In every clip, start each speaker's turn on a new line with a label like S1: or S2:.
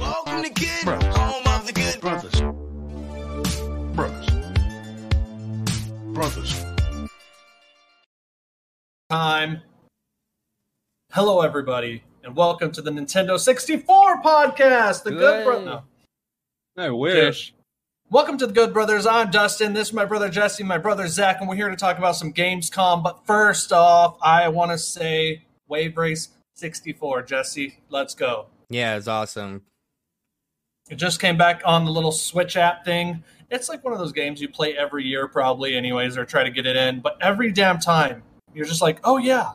S1: I'm the good,
S2: Brothers.
S1: home of the good.
S2: Brothers. Brothers. Brothers.
S3: time. Hello, everybody, and welcome to the Nintendo 64 podcast. The Good
S4: Hey.
S3: Brothers. No.
S4: I wish.
S3: Welcome to the Good Brothers. I'm Dustin. This is my brother Jesse, my brother Zach, and we're here to talk about some Gamescom. But first off, I want to say Wave Race 64. Jesse, let's go.
S4: Yeah, it's awesome.
S3: It just came back on the little Switch app thing. It's like one of those games you play every year, probably, anyways, or try to get it in. But every damn time, you're just like, oh, yeah,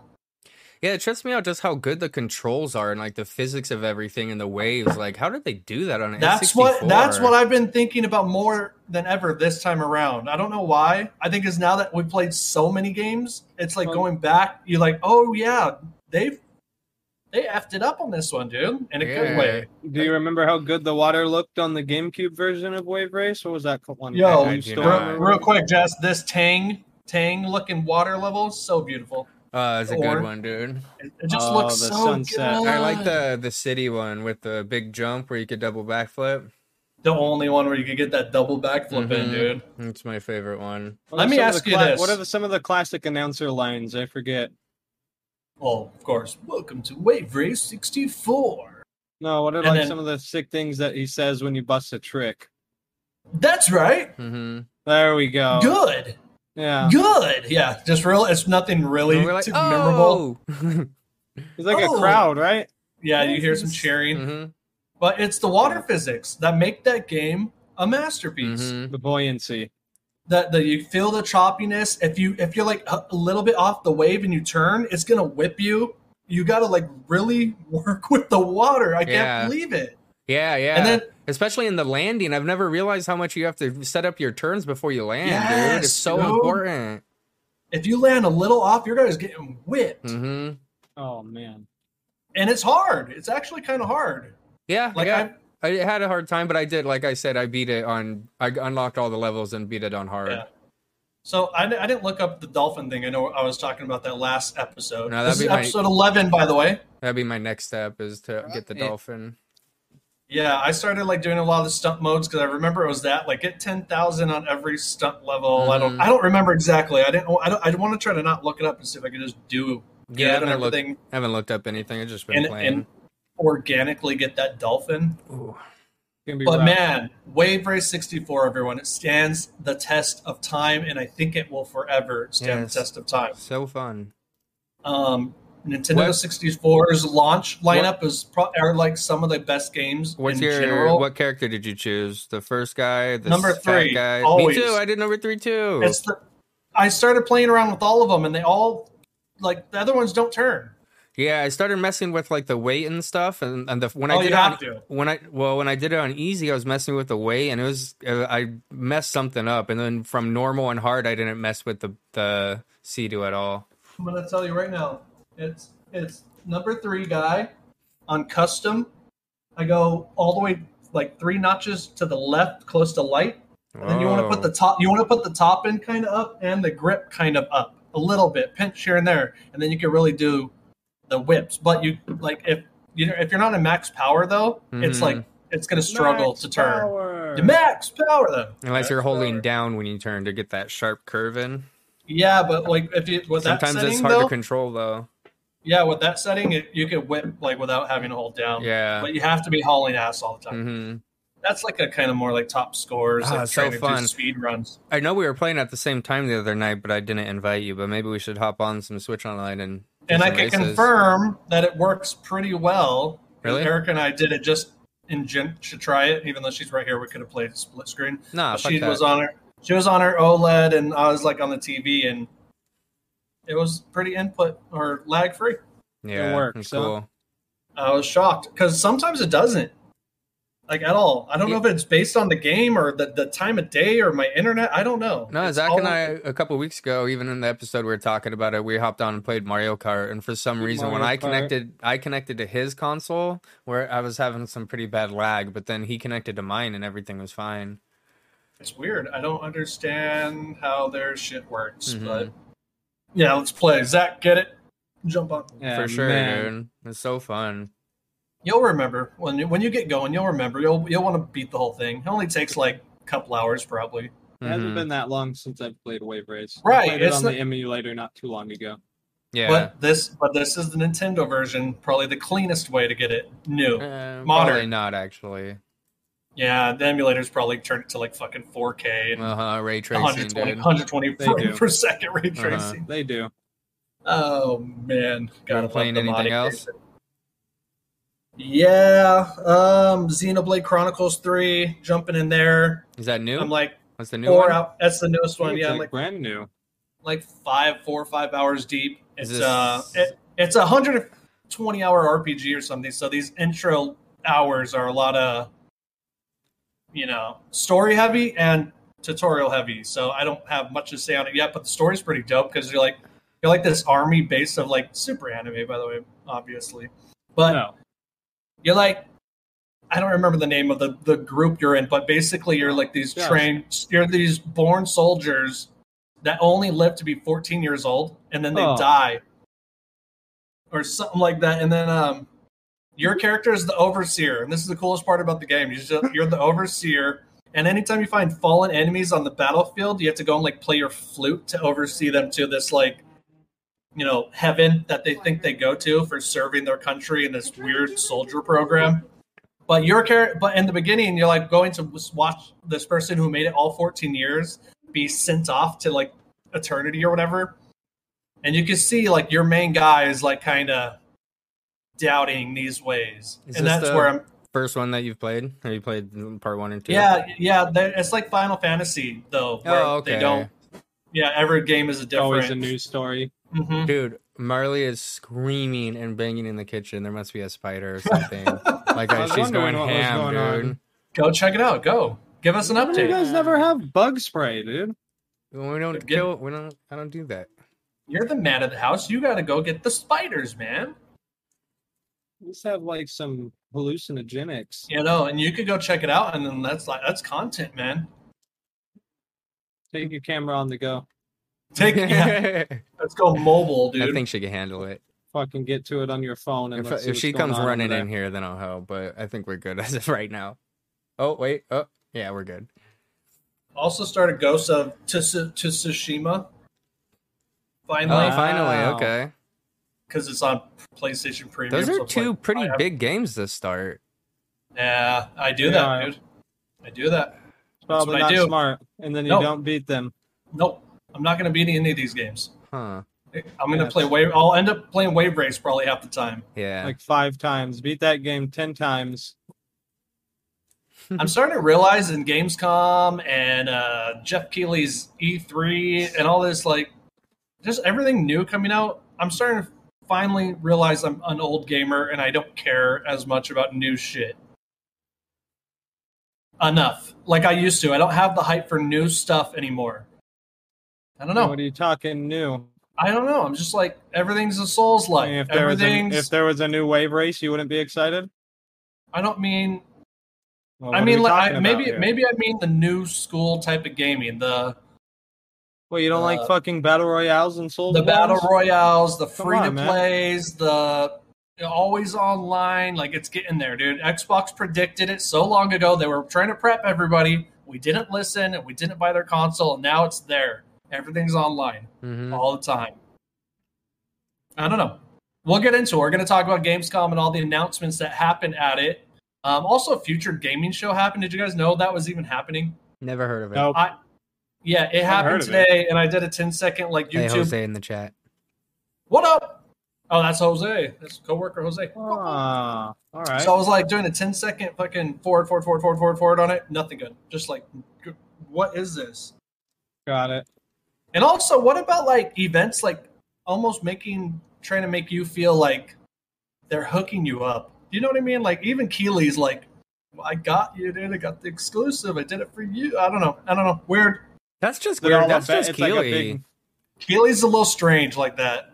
S4: Yeah, it trips me out just how good the controls are and like the physics of everything and the waves. Like, how did they do that on an
S3: That's
S4: N64?
S3: what that's what I've been thinking about more than ever this time around. I don't know why. I think it's now that we've played so many games, it's like
S4: Um,
S3: going back, you're like, oh yeah, they've they effed it up on this one, dude, in a good
S4: Yeah.
S3: way.
S5: Do you remember how good the water looked on the GameCube version of Wave Race? Or was that one?
S3: Yo,
S5: I
S4: I do
S5: do
S4: not.
S5: still
S3: Real,
S5: remember?
S3: real quick, Jess, this Tang Tang looking water level is so beautiful.
S4: Uh, it's a
S3: Or-
S4: good one, dude.
S3: It, it just
S5: Oh,
S3: looks
S5: the
S3: so
S5: sunset.
S3: good.
S4: I like the the city one with the big jump where you could double backflip.
S3: the only one where you could get that double backflip in,
S4: Mhm.
S3: dude.
S4: It's my favorite one.
S5: What are
S3: Let me
S5: some of
S3: ask
S5: the
S3: you
S5: cla-
S3: this.
S5: What are the, some of the classic announcer lines? I forget.
S3: Oh, of course. Welcome to Wave Race 64.
S5: No, what are
S3: And
S5: like
S3: then-
S5: some of the sick things that he says when you bust a trick?
S3: That's right.
S4: Mm-hmm.
S5: There we go.
S3: Good.
S5: Yeah.
S3: good. Yeah, just real. It's nothing really
S4: we're like,
S3: too memorable.
S4: oh,
S5: He's like
S3: Oh.
S5: a crowd, right?
S3: Yeah, you hear some cheering,
S4: Mhm,
S3: but it's the water physics that make that game a masterpiece.
S4: mhm.
S5: The buoyancy.
S3: That that you feel the choppiness. If you if you're like a a little bit off the wave and you turn, it's gonna whip you. You gotta like really work with the water. I can't
S4: Yeah.
S3: believe it.
S4: yeah, yeah.
S3: And then
S4: especially in the landing, I've never realized how much you have to set up your turns before you land, dude.
S3: Yes,
S4: It's so
S3: dude.
S4: important.
S3: if you land a little off, your guy's getting whipped,
S4: hmm
S5: Oh man.
S3: and it's hard. It's actually kind of hard.
S4: Yeah,
S3: Like
S4: yeah.
S3: I
S4: I had a hard time, but I did. Like I said, I beat it on. I unlocked all the levels and beat it on hard.
S3: Yeah. So I, I didn't look up the dolphin thing. I know I was talking about that last episode.
S4: No, that'd
S3: this is
S4: be my-
S3: episode eleven, by the way.
S4: That'd be my next step is to get the
S5: Yeah.
S4: dolphin.
S3: Yeah, I started like doing a lot of the stunt modes because I remember it was that like get ten thousand on every stunt level. I don't
S4: Mhm.
S3: I don't remember exactly. I didn't. I don't, I want to try to not look it up and see if I can just do
S4: Yeah, I
S3: and
S4: haven't looked.
S3: everything
S4: I haven't looked up anything. I've just been
S3: and, and
S4: playing.
S3: organically get that dolphin.
S4: Ooh.
S5: It's gonna be
S3: But
S5: rough.
S3: man, Wave Race sixty four, everyone, it stands the test of time, and I think it will forever stand
S4: Yes.
S3: the test of time.
S4: So fun.
S3: um, Nintendo
S4: What-
S3: 64's launch lineup is pro- are like some of the best games
S4: What's
S3: in
S4: your
S3: general.
S4: what character did you choose? The first guy, the
S3: Number
S4: fat
S3: three,
S4: guy.
S3: always.
S4: Me too. I did number three too.
S3: It's the, I started playing around with all of them, and they all like the other ones don't turn.
S4: Yeah, I started messing with like the weight and stuff, and, and the when
S3: Oh,
S4: I did
S3: you
S4: it on-
S3: have to.
S4: when I well when I did it on easy, I was messing with the weight, and it was uh, I messed something up, and then from normal and hard, I didn't mess with the the Sea-Doo at all.
S3: I'm gonna tell you right now, it's it's number three guy on custom. I go all the way like three notches to the left, close to light, and then you want to put the
S4: Oh.
S3: top you want to put the top end kind of up and the grip kind of up a little bit pinch here and there and then you can really do the whips but you like if you know if you're not in max power though it's
S4: Mhm.
S3: like it's going to struggle
S5: Max
S3: to turn
S5: power.
S3: The max power though
S4: Oh. unless you're
S5: That's
S4: holding
S5: better.
S4: down when you turn to get that sharp curve in.
S3: yeah but like if you with that
S4: Sometimes
S3: setting
S4: it's hard
S3: though
S4: to control though.
S3: yeah with that setting it, you could whip like without having to hold down
S4: Yeah.
S3: but you have to be hauling ass all the time
S4: hmm
S3: that's like a kind of more like top scores
S4: Ah,
S3: like
S4: so
S3: trying to
S4: fun.
S3: do speed runs
S4: I know we were playing at the same time the other night, but I didn't invite you. But maybe we should hop on some Switch Online and do
S3: and I
S4: some
S3: can
S4: races.
S3: confirm that it works pretty well.
S4: Really?
S3: Erica and I did it just in Jen should try it, even though she's right here. We could have played split screen.
S4: Nah,
S3: But
S4: Ah, fuck
S3: she
S4: that.
S3: was on her she was on her OLED and I was like on the TV and it was pretty input or lag free.
S4: yeah,
S5: works,
S4: it's
S5: huh?
S4: cool.
S3: I was shocked because sometimes it doesn't. Like at all. I don't know if it's based on the game or the, the time of day or my internet. I don't know.
S4: No,
S3: It's
S4: Zach and
S3: all-
S4: I a couple weeks ago, even in the episode we were talking about it, we hopped on and played Mario Kart, and for some reason, when
S5: Mario
S4: I
S5: Kart.
S4: connected, I connected to his console where I was having some pretty bad lag, but then he connected to mine and everything was fine.
S3: It's weird. I don't understand how their shit works,
S4: Mhm.
S3: but yeah, let's play. Zach, get it? Jump on.
S5: Yeah,
S4: for sure,
S5: man.
S4: dude. It's so fun.
S3: You'll remember when you, when you get going. You'll remember. You'll you'll want to beat the whole thing. It only takes like a couple hours probably.
S5: It
S4: Mm-hmm.
S5: hasn't been that long since I've played Wave Race. I
S3: Mm-hmm. Right,
S5: played it
S3: it's
S5: on
S3: not-
S5: the emulator not too long ago.
S4: Yeah.
S3: But this but this is the Nintendo version, probably the cleanest way to get it new.
S4: Uh, Probably
S3: modern.
S4: not actually.
S3: Yeah, the emulators probably turned it to like fucking 4K and
S4: Uh huh. Ray tracing,
S3: 120,
S4: dude.
S3: 120
S5: They
S3: frame
S5: do.
S3: per second ray
S4: Uh-huh.
S3: tracing.
S5: They do.
S3: Oh man, gotta love
S4: playing
S3: the
S4: anything
S3: modding
S4: else?
S3: version. Yeah, um, Xenoblade Chronicles Three, jumping in there.
S4: Is that new?
S3: I'm like
S4: That's the new
S3: four
S4: one.
S3: out. That's the newest one.
S5: It's
S3: Yeah, I'm
S5: like
S3: like
S5: brand new.
S3: like five, four or five hours deep. It's
S4: Is this-
S3: uh, it, it's a hundred twenty hour RPG or something. So these intro hours are a lot of, you know, story heavy and tutorial heavy. So I don't have much to say on it yet, but the story's pretty dope because you're like you're like this army base of like super anime, by the way, obviously, but
S5: No.
S3: you're like I don't remember the name of the, the group you're in, but basically you're like these
S5: Yeah.
S3: trained you're these born soldiers that only live to be 14 years old and then they
S5: Oh.
S3: die or something like that and then um your character is the overseer and this is the coolest part about the game you just, you're the overseer and anytime you find fallen enemies on the battlefield you have to go and like play your flute to oversee them to this like you know heaven that they think they go to for serving their country in this weird soldier program but your character but in the beginning you're like going to s- watch this person who made it all 14 years be sent off to like eternity or whatever and you can see like your main guy is like kind of doubting these ways
S4: Is
S3: and
S4: this
S3: that's
S4: the-
S3: where i'm
S4: First one that you've played? Have you played part one and two?
S3: yeah yeah they- it's like final fantasy though where
S4: Oh, okay.
S3: they don't yeah every game is a
S5: It's
S3: different
S5: always a new story.
S3: Mhm.
S4: Dude, Marley is screaming and banging in the kitchen. There must be a spider or something. like uh,
S5: I was
S4: she's
S5: wondering
S4: going
S5: what was
S4: ham,
S5: going on.
S4: dude.
S3: go check it out go give us an
S5: Why do You
S3: update
S5: guys never have bug spray, dude.
S4: We don't
S3: Get-
S4: kill. We don't. I don't do that.
S3: you're the man of the house you gotta go get the spiders man
S5: Let's have like some hallucinogenics.
S3: you know and you could go check it out and then that's like that's content man
S5: Take your camera on the go.
S3: take yeah, let's go mobile dude
S4: I think she can handle it.
S5: Fucking get to it on your phone. And
S4: If,
S5: let's see
S4: if
S5: what's
S4: she
S5: going
S4: comes
S5: on over
S4: running
S5: there.
S4: in here, then I'll help. But I think we're good as of right now. Oh wait. Oh yeah, we're good.
S3: also started Ghost of Tsu- Tsushima
S4: Oh,
S3: finally
S5: Wow.
S4: finally. Okay.
S3: because it's on PlayStation Premium.
S4: Those
S3: so
S4: are
S3: it's
S4: two
S3: like, I
S4: pretty
S3: have-
S4: big games to start.
S3: Yeah, I do
S5: Yeah,
S3: that,
S5: I-
S3: dude. I do that.
S5: It's probably
S3: what I
S5: not
S3: do.
S5: smart. And then you
S3: No.
S5: don't beat them.
S3: Nope, I'm not going to beat any of these games.
S4: Huh.
S3: I'm going to
S5: Yeah.
S3: play wave. I'll end up playing Wave Race probably half the time.
S4: Yeah.
S5: like five times. Beat that game ten times.
S3: I'm starting to realize in Gamescom and uh, Jeff Keighley's E3 and all this, like, just everything new coming out. I'm starting to finally realize I'm an old gamer and I don't care as much about new shit. Enough. Like I used to. I don't have the hype for new stuff anymore. I don't know.
S5: What are you talking new?
S3: I don't know. I'm just like, everything's a Souls
S5: I
S3: like.
S5: mean, if there was a,
S3: Everything's.
S5: if there was a new wave race, you wouldn't be excited.
S3: I don't mean
S5: Well, what
S3: I
S5: are
S3: mean,
S5: we
S3: like,
S5: talking
S3: I,
S5: about
S3: maybe
S5: here?
S3: maybe I mean the new school type of gaming, the
S5: Well, you don't like
S3: uh,
S5: fucking battle royales and Souls.
S3: the battle
S5: royale.
S3: royales, the
S5: Come
S3: free to
S5: on, man.
S3: plays, the always online. Like it's getting there, dude. Xbox predicted it so long ago. They were trying to prep everybody. We didn't listen, and we didn't buy their console. And now it's there. Everything's online
S5: Mm. oh.
S4: Mhm.
S3: all the time. I don't know. We'll get into it. We're going to talk about Gamescom and all the announcements that happened at it. Um, also, a future gaming show happened. Did you guys know that was even happening?
S4: Never heard of it.
S5: Nope.
S3: Yeah, it
S5: heard
S3: happened
S5: of
S3: today, and I did a 10 second like
S4: Hey,
S3: YouTube.
S4: Jose in the chat.
S3: What up? Oh, that's Jose. That's coworker Jose.
S5: Ah, Oh, all right.
S3: So I was like doing a 10 second fucking forward, forward, forward, forward, forward, forward on it. Nothing good. Just like, g- what is this?
S5: Got it.
S3: And also, what about like events like almost making, trying to make you feel like they're hooking you up? You know what I mean? Like even Keeley's like, I got you, dude. I got the exclusive. I did it for you. I don't know. I don't know. Weird.
S4: That's just
S5: They're all
S4: weird. That's
S5: about-
S4: just
S5: it's like a
S4: Keely.
S5: big- it's
S3: Keeley's a little strange like that.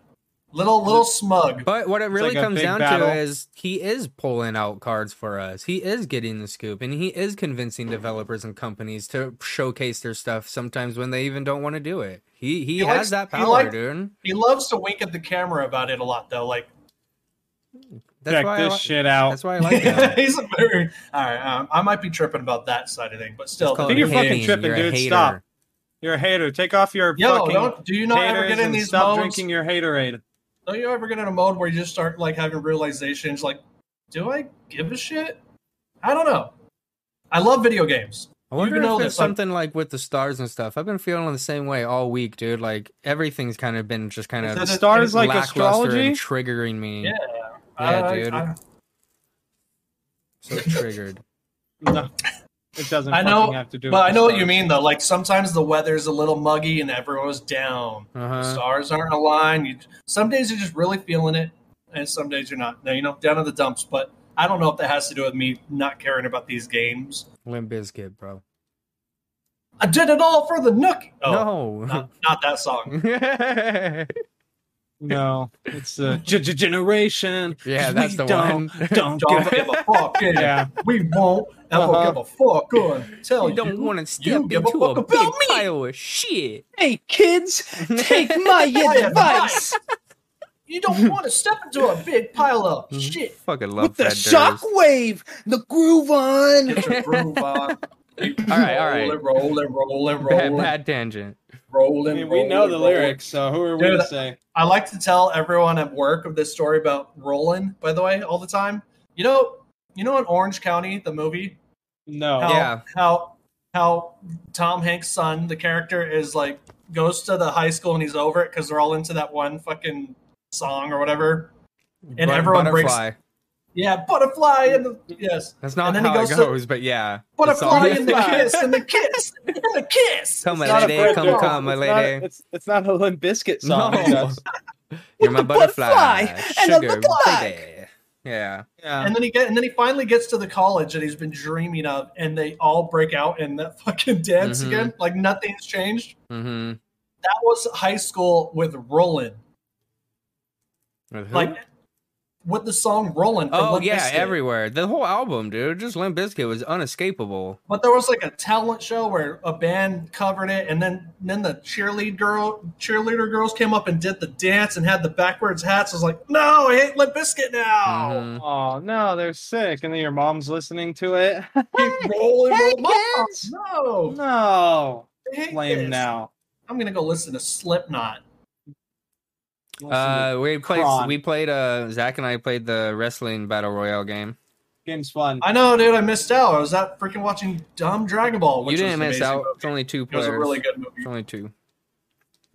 S3: Little little smug.
S4: But what it really
S5: like a
S4: comes
S5: big
S4: down
S5: battle.
S4: to is he is pulling out cards for us. He is getting the scoop and he is convincing developers and companies to showcase their stuff sometimes when they even don't want to do it. He
S3: He
S4: he, has
S3: likes-
S4: that
S3: he
S4: power,
S3: likes-
S4: dude.
S3: He loves to wink at the camera about it a lot, though. Like,
S4: That's
S5: Check
S4: why I
S5: this
S4: li-
S5: shit out.
S4: That's why I like it.
S3: He's a very all right. Um, I might be tripping about that side of thing, but still,
S5: I think you're fucking
S4: hating.
S5: tripping,
S4: You're a
S5: dude.
S4: hater.
S5: Stop. You're a hater. Take off your
S3: yo,
S5: fucking
S3: don't, do you not ever
S5: haters
S3: get in
S5: and
S3: these
S5: stop
S3: modes?
S5: drinking your haterade.
S3: Don't you ever get in a mode where you just start like having realizations, like, do I give a shit? I don't know. I love video games.
S4: I wonder
S3: can know
S4: if it's
S3: this, like-
S4: something like with the stars and stuff. I've been feeling the same way all week, dude. Like everything's kind of been just kind
S5: The
S4: of
S3: It's
S5: stars like
S4: lackluster
S5: astrology.
S4: and triggering me.
S3: Yeah.
S4: Yeah,
S3: I,
S4: dude.
S3: I,
S4: So triggered.
S5: No, it doesn't.
S3: I know,
S5: fucking have to do.
S3: but
S5: with
S3: I
S5: the
S3: know what you
S5: stars.
S3: mean though. Like sometimes the weather's a little muggy and everyone's down.
S4: Uh-huh.
S3: Stars aren't aligned. You, some days you're just really feeling it, and some days you're not. Now you know, down in the dumps. But I don't know if that has to do with me not caring about these games.
S4: Limp Bizkit, bro.
S3: I did it all for the Nook. Oh,
S4: No.
S3: not, not that song.
S5: No, it's a g- g- generation.
S4: Yeah, that's
S5: We
S4: the
S5: don't,
S4: one.
S5: Don't
S3: Don't
S5: give
S3: give a fuck. Yeah.
S5: Mm-hmm. Yeah.
S3: We won't ever
S5: Uh-huh.
S3: give a fuck until
S4: you don't want to step
S3: you give
S4: into
S3: a
S4: a,
S3: fuck
S4: big
S3: about me.
S4: pile of shit.
S5: Hey, kids, take my advice.
S3: You don't want to step into a big pile of shit.
S4: Fucking love
S5: With the
S4: Fred Durst.
S5: shockwave, the groove on.
S3: Get your groove on.
S4: All right, all right.
S3: Rolling, rolling, rolling,
S4: Bad,
S3: rolling,
S4: bad tangent.
S3: rolling.
S5: I mean, we
S3: rolling,
S5: know the
S3: rolling.
S5: lyrics, so who are we
S3: Dude,
S5: to say?
S3: I like to tell everyone at work of this story about Roland, by the way, all the time. You know, you know, in Orange County, the movie,
S5: No.
S3: how,
S4: Yeah.
S3: how how Tom Hanks' son, the character, is like goes to the high school and he's over it because they're all into that one fucking song or whatever. And
S4: Bu-
S3: everyone breaks-
S4: butterfly.
S3: Yeah, butterfly and the, yes,
S4: That's
S3: and
S4: not
S3: then he
S4: how it
S3: goes to-
S4: goes, but yeah. It's all-
S3: butterfly and the
S5: Butterfly.
S3: kiss and the kiss and the kiss.
S4: Come, my
S5: It's not a
S4: lady.
S5: Fred
S4: Come,
S5: Durst.
S4: come, my
S5: It's not-
S4: lady.
S5: It's, it's not a Limp Bizkit song.
S4: No.
S5: Jess.
S4: You're my butterfly.
S5: and a
S4: Sugar
S5: butterfly.
S4: baby. Yeah.
S5: Yeah.
S3: And then he get, and then he finally gets to the college that he's been dreaming of, and they all break out in that fucking dance
S4: Mhm.
S3: again. Like nothing's changed.
S4: Mm-hmm.
S3: That was high school with Roland,
S4: With who?
S3: like with the song Roland. from
S4: oh
S3: Limp
S4: yeah,
S3: Bizkit.
S4: everywhere. The whole album, dude. Just Limp Bizkit was unescapable.
S3: But there was like a talent show where a band covered it, and then then the cheerlead girl, cheerleader girls came up and did the dance and had the backwards hats. I was like, no, I hate Limp Biscuit now.
S4: Mhm.
S5: Oh no, they're sick, and then your mom's listening to it.
S3: Keep rolling,
S5: Hey,
S3: rolling. No,
S5: kids.
S3: No,
S5: no,
S3: I hate this.
S5: lame now.
S3: I'm gonna go listen to Slipknot.
S5: Listen to
S4: Uh, we played.
S5: Kron.
S4: We played. Uh, Zach and I played the wrestling battle royale game.
S5: game's fun.
S3: I know, dude. I missed out. I was out freaking watching dumb Dragon Ball.
S4: you
S3: Which was
S4: didn't miss
S3: amazing
S4: out.
S3: movie.
S4: It's only two
S3: It was
S4: players.
S3: a really good movie.
S4: It's only two.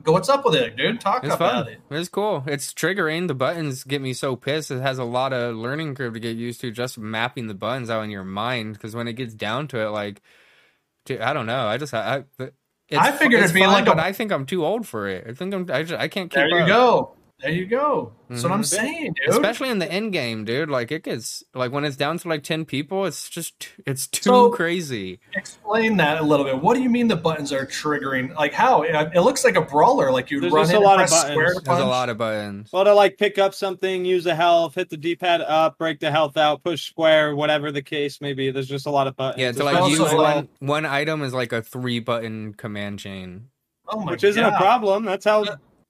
S3: Go, what's up with it, dude? Talk
S4: It's
S3: about
S4: fun.
S3: it.
S4: It's cool. It's triggering. The buttons get me so pissed. It has a lot of learning curve to get used to just mapping the buttons out in your mind. Because when it gets down to it, like, dude, I don't know. I just, I, I- it's,
S3: I figured
S4: it's
S3: it'd be
S4: fun,
S3: like a-
S4: but I think I'm too old for it. I think I'm, I, just, I can't keep
S3: There you
S4: up.
S3: go. There you go. That's what I'm
S4: Mhm.
S3: saying, dude.
S4: Especially in the end game, dude. Like it gets like when it's down to like ten people, it's just t- it's too
S3: So-
S4: crazy.
S3: Explain that a little bit. What do you mean the buttons are triggering? Like how? It it looks like a brawler. Like you
S5: There's
S3: run
S5: just
S3: in
S5: a
S3: and
S5: lot of
S3: press
S5: buttons.
S3: square to
S4: There's
S3: punch.
S4: a lot of buttons.
S5: Well, to like pick up something, use a health, hit the D-pad up, break the health out, push square, whatever the case may be. There's just a lot of buttons.
S4: Yeah, to
S5: as
S4: like
S5: well.
S3: also
S4: use
S3: like-
S4: one one item is like a three button command chain.
S3: oh my
S5: which isn't
S3: god!
S5: a problem. That's how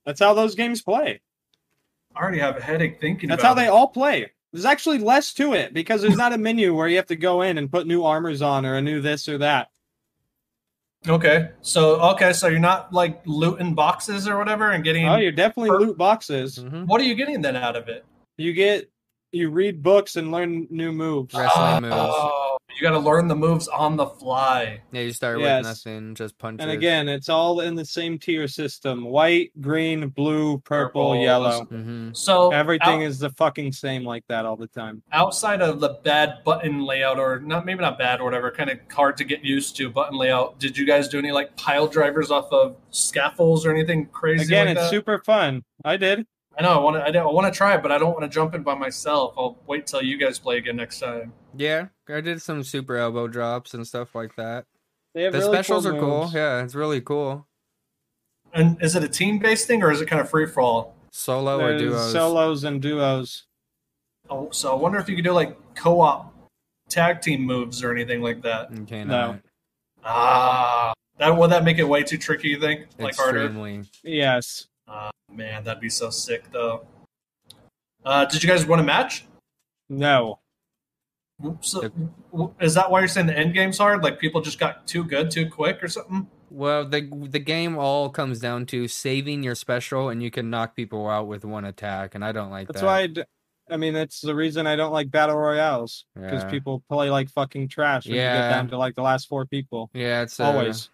S5: that's how those games play.
S3: I already have a headache thinking
S5: That's how
S3: about.
S5: they
S3: it.
S5: all play. There's actually less to it because there's not a menu where you have to go in and put new armors on or a new this or that.
S3: Okay, so okay, so you're not like looting boxes or whatever and getting.
S5: Oh, you're definitely loot boxes.
S4: Mhm.
S3: what are you getting then out of it?
S5: You get you read books and learn new moves.
S4: Right. Wrestling
S3: Oh, you got to learn the moves on the fly.
S4: Yeah, you start
S5: Yes.
S4: with nothing, just punches.
S5: And again, it's all in the same tier system. White, green, blue, purple,
S3: Purple.
S5: yellow.
S4: hmm
S3: So
S5: Everything
S3: out-
S5: is the fucking same like that all the time.
S3: outside of the bad button layout, or not maybe not bad or whatever, kind of hard to get used to button layout. Did you guys do any like pile drivers off of scaffolds or anything crazy?
S5: Again,
S3: like
S5: it's
S3: that?
S5: super fun. I did.
S3: I know I want to. I, don't- I want to try, it, but I don't want to jump in by myself. I'll wait till you guys play again next time.
S4: yeah, I did some super elbow drops and stuff like that.
S5: They have
S4: The
S5: really
S4: specials
S5: cool
S4: are cool.
S5: moves.
S4: Yeah, it's really cool.
S3: And is it a team based thing or is it kind of free for all?
S4: Solo or
S5: There's
S4: duos.
S5: solos and duos.
S3: Oh, so I wonder if you could do like co op tag team moves or anything like that.
S4: You
S5: No.
S4: cannot.
S3: Ah, that would that make it way too tricky? You think like harder?
S4: Extremely.
S5: Yes.
S3: Uh, Ah, man, that'd be so sick though. Uh, did you guys want a match?
S5: No.
S3: So, w- is that why you're saying the end game's hard? Like people just got too good too quick or something?
S4: Well, the the game all comes down to saving your special, and you can knock people out with one attack, and I don't like
S5: That's
S4: that.
S5: why. I, d- I mean, that's the reason I don't like battle royales because
S4: Yeah.
S5: people play like fucking trash when you
S4: Yeah.
S5: get down to like the last four people.
S4: Yeah, it's uh,
S5: Always,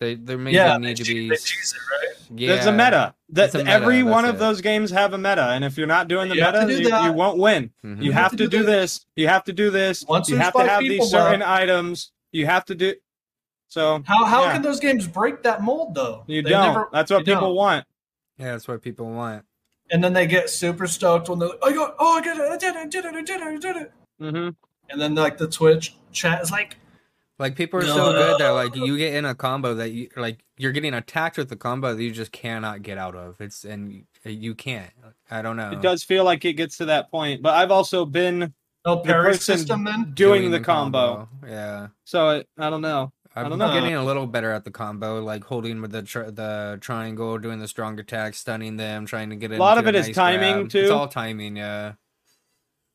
S4: they they maybe
S3: yeah,
S4: need
S3: they
S4: to
S3: cheat-
S4: be.
S3: they tease it, right?
S4: Yeah,
S5: there's a meta. That
S4: It's a meta,
S5: every one
S4: that's
S5: of
S4: it.
S5: those games have a meta, and if you're not doing the
S3: You have to
S5: meta,
S3: do
S5: you,
S3: that.
S5: you won't win.
S4: Mhm.
S5: You have to do this. You have to do this.
S3: Once
S5: you
S3: there's
S5: have to
S3: five
S5: have these
S3: people,
S5: certain
S3: bro.
S5: items. You have to do. So
S3: How how
S5: Yeah.
S3: can those games break that mold though?
S5: you
S3: They
S5: don't.
S3: never-
S5: that's what
S3: they
S5: people
S3: don't.
S5: want.
S4: yeah, that's what people want.
S3: And then they get super stoked when they're like, "Oh, I got, oh, I got it, I did it, I did it, I did it, I did it."
S5: Mm-hmm.
S3: And then like the Twitch chat is like,
S4: Like people are so
S3: No.
S4: good that like you get in a combo that you like you're getting attacked with a combo that you just cannot get out of. It's and you, you can't. I don't know.
S5: It does feel like it gets to that point, but I've also been
S3: "Oh, parry
S5: person-
S3: system." Then
S5: doing, the combo,
S4: Yeah.
S5: so it, I don't know.
S4: I'm
S5: don't know.
S4: getting a little better at the combo, like holding with the tri- the triangle, doing the strong attack, stunning them, trying to get it.
S5: lot
S4: into
S5: of it is
S4: nice
S5: timing,
S4: grab.
S5: too.
S4: It's all timing, yeah.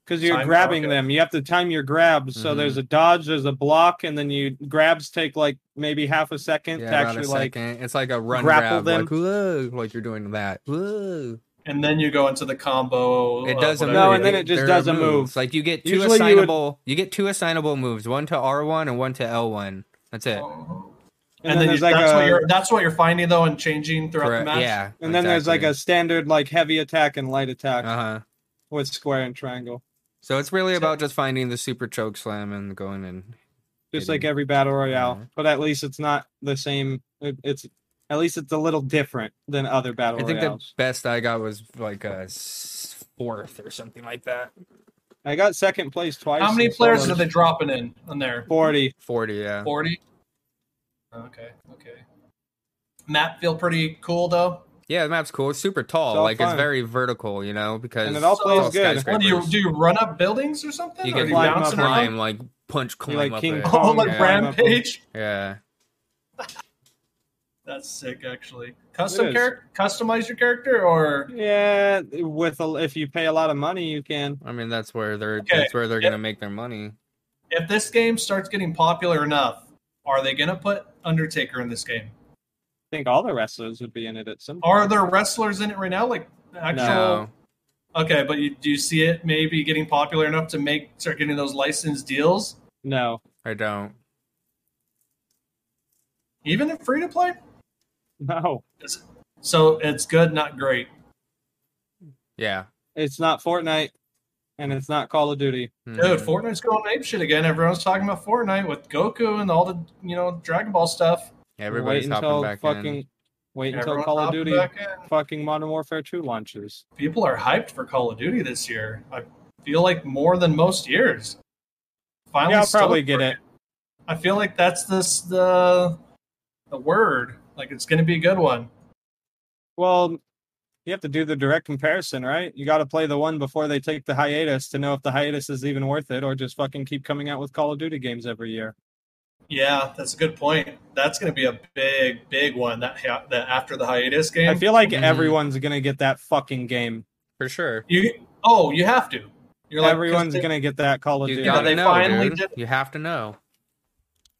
S5: because you're
S3: Time
S5: grabbing
S3: pocket.
S5: them. You have to time your grabs. So
S4: Mhm.
S5: there's a dodge, there's a block, and then you grabs take like maybe half a second
S4: Yeah,
S5: to
S4: about a
S5: actually like.
S4: second. it's like a run
S5: grapple
S4: grab,
S5: them.
S4: like whoa, like you're doing that. Whoa.
S3: and then you go into the combo.
S4: It
S3: of
S4: doesn't
S3: whatever.
S5: No, and then
S4: They-
S5: it just
S4: there are
S5: does a
S4: moves.
S5: move.
S4: Like you get two
S5: Usually you would-
S4: assignable, you, get two assignable moves, one to R one and one to L one. That's it.
S3: and, then,
S5: there's
S3: you,
S5: like
S3: that's what
S5: a.
S3: you're that's what you're finding though and changing throughout
S4: Correct.
S3: the match.
S4: Yeah.
S5: And then there's like a standard like heavy attack and light attack
S4: uh huh.
S5: with square and triangle,
S4: So it's really
S3: So-
S4: about just finding the super choke slam and going in.
S5: just
S4: Hidden.
S5: like every battle royale.
S4: Mhm.
S5: But at least it's not the same. It, it's at least it's a little different than other battle
S4: I think the
S5: royales.
S4: best I got was like a s- fourth or something like that.
S5: I got second place twice.
S3: How many
S5: in
S3: players are
S5: solos.
S3: they dropping in on there?
S5: Forty.
S4: Forty, yeah.
S3: Forty. Okay. Okay. Map feel pretty cool though.
S4: Yeah, the map's cool. It's super tall.
S5: It's all
S4: like it's
S5: fun.
S4: very vertical, you know, because
S5: And it all
S4: it's
S5: plays
S4: all
S5: good.
S3: What do you
S4: skyscrapers.
S3: do? You run up buildings or something?
S4: You
S3: or
S4: can
S3: do you
S5: climb
S3: bounce
S5: up
S3: and around?
S4: climb, like punch climb
S5: You're like
S4: up
S5: King
S4: it.
S5: Kong.
S3: Oh, like
S4: Yeah.
S3: rampage.
S4: Yeah.
S3: That's sick, actually. Custom
S5: is.
S3: character, customize your character, or
S5: Yeah, with a, if you pay a lot of money, you can.
S4: I mean that's where they're
S3: Okay.
S4: that's where they're
S3: Yeah.
S4: gonna make their money.
S3: if this game starts getting popular enough, are they gonna put Undertaker in this game?
S5: I think all the wrestlers would be in it at some point.
S3: Are there wrestlers in it right now? Like actual?
S4: No.
S3: Okay, but you, do you see it maybe getting popular enough to make start getting those license deals,
S5: No,
S4: I don't.
S3: even if free to play?
S5: no,
S3: So it's good, not great.
S4: Yeah.
S5: it's not Fortnite, and it's not Call of Duty.
S3: Dude,
S5: Mm-hmm.
S4: Mhm.
S3: Fortnite's going ape shit again. Everyone's talking about Fortnite with Goku and all the you know Dragon Ball stuff.
S4: Everybody's
S5: wait
S4: hopping
S5: until
S4: back
S5: fucking
S4: in.
S5: wait until
S3: Everyone's
S5: Call of
S3: hopping
S5: Duty
S3: back in.
S5: fucking Modern Warfare Two launches.
S3: People are hyped for Call of Duty this year. I feel like more than most years. Finally,
S5: yeah, I'll
S3: stoked
S5: probably
S3: for
S5: get it.
S3: I feel like that's this the the word. Like it's going to be a good one.
S5: Well, you have to do the direct comparison, right? You got to play the one before they take the hiatus to know if the hiatus is even worth it, or just fucking keep coming out with Call of Duty games every year.
S3: Yeah, that's a good point. That's going to be a big, big one. That hi- that after the hiatus game,
S5: I feel like
S3: Mm-hmm.
S4: Mhm.
S5: everyone's gonna get that fucking game.
S4: For sure.
S3: you. Oh, you have to. You're like 'cause
S5: Everyone's
S3: they-
S5: gonna get that Call of
S4: You
S5: Duty.
S4: gotta
S3: they
S4: know,
S3: finally
S4: dude.
S3: did-
S4: You have to know.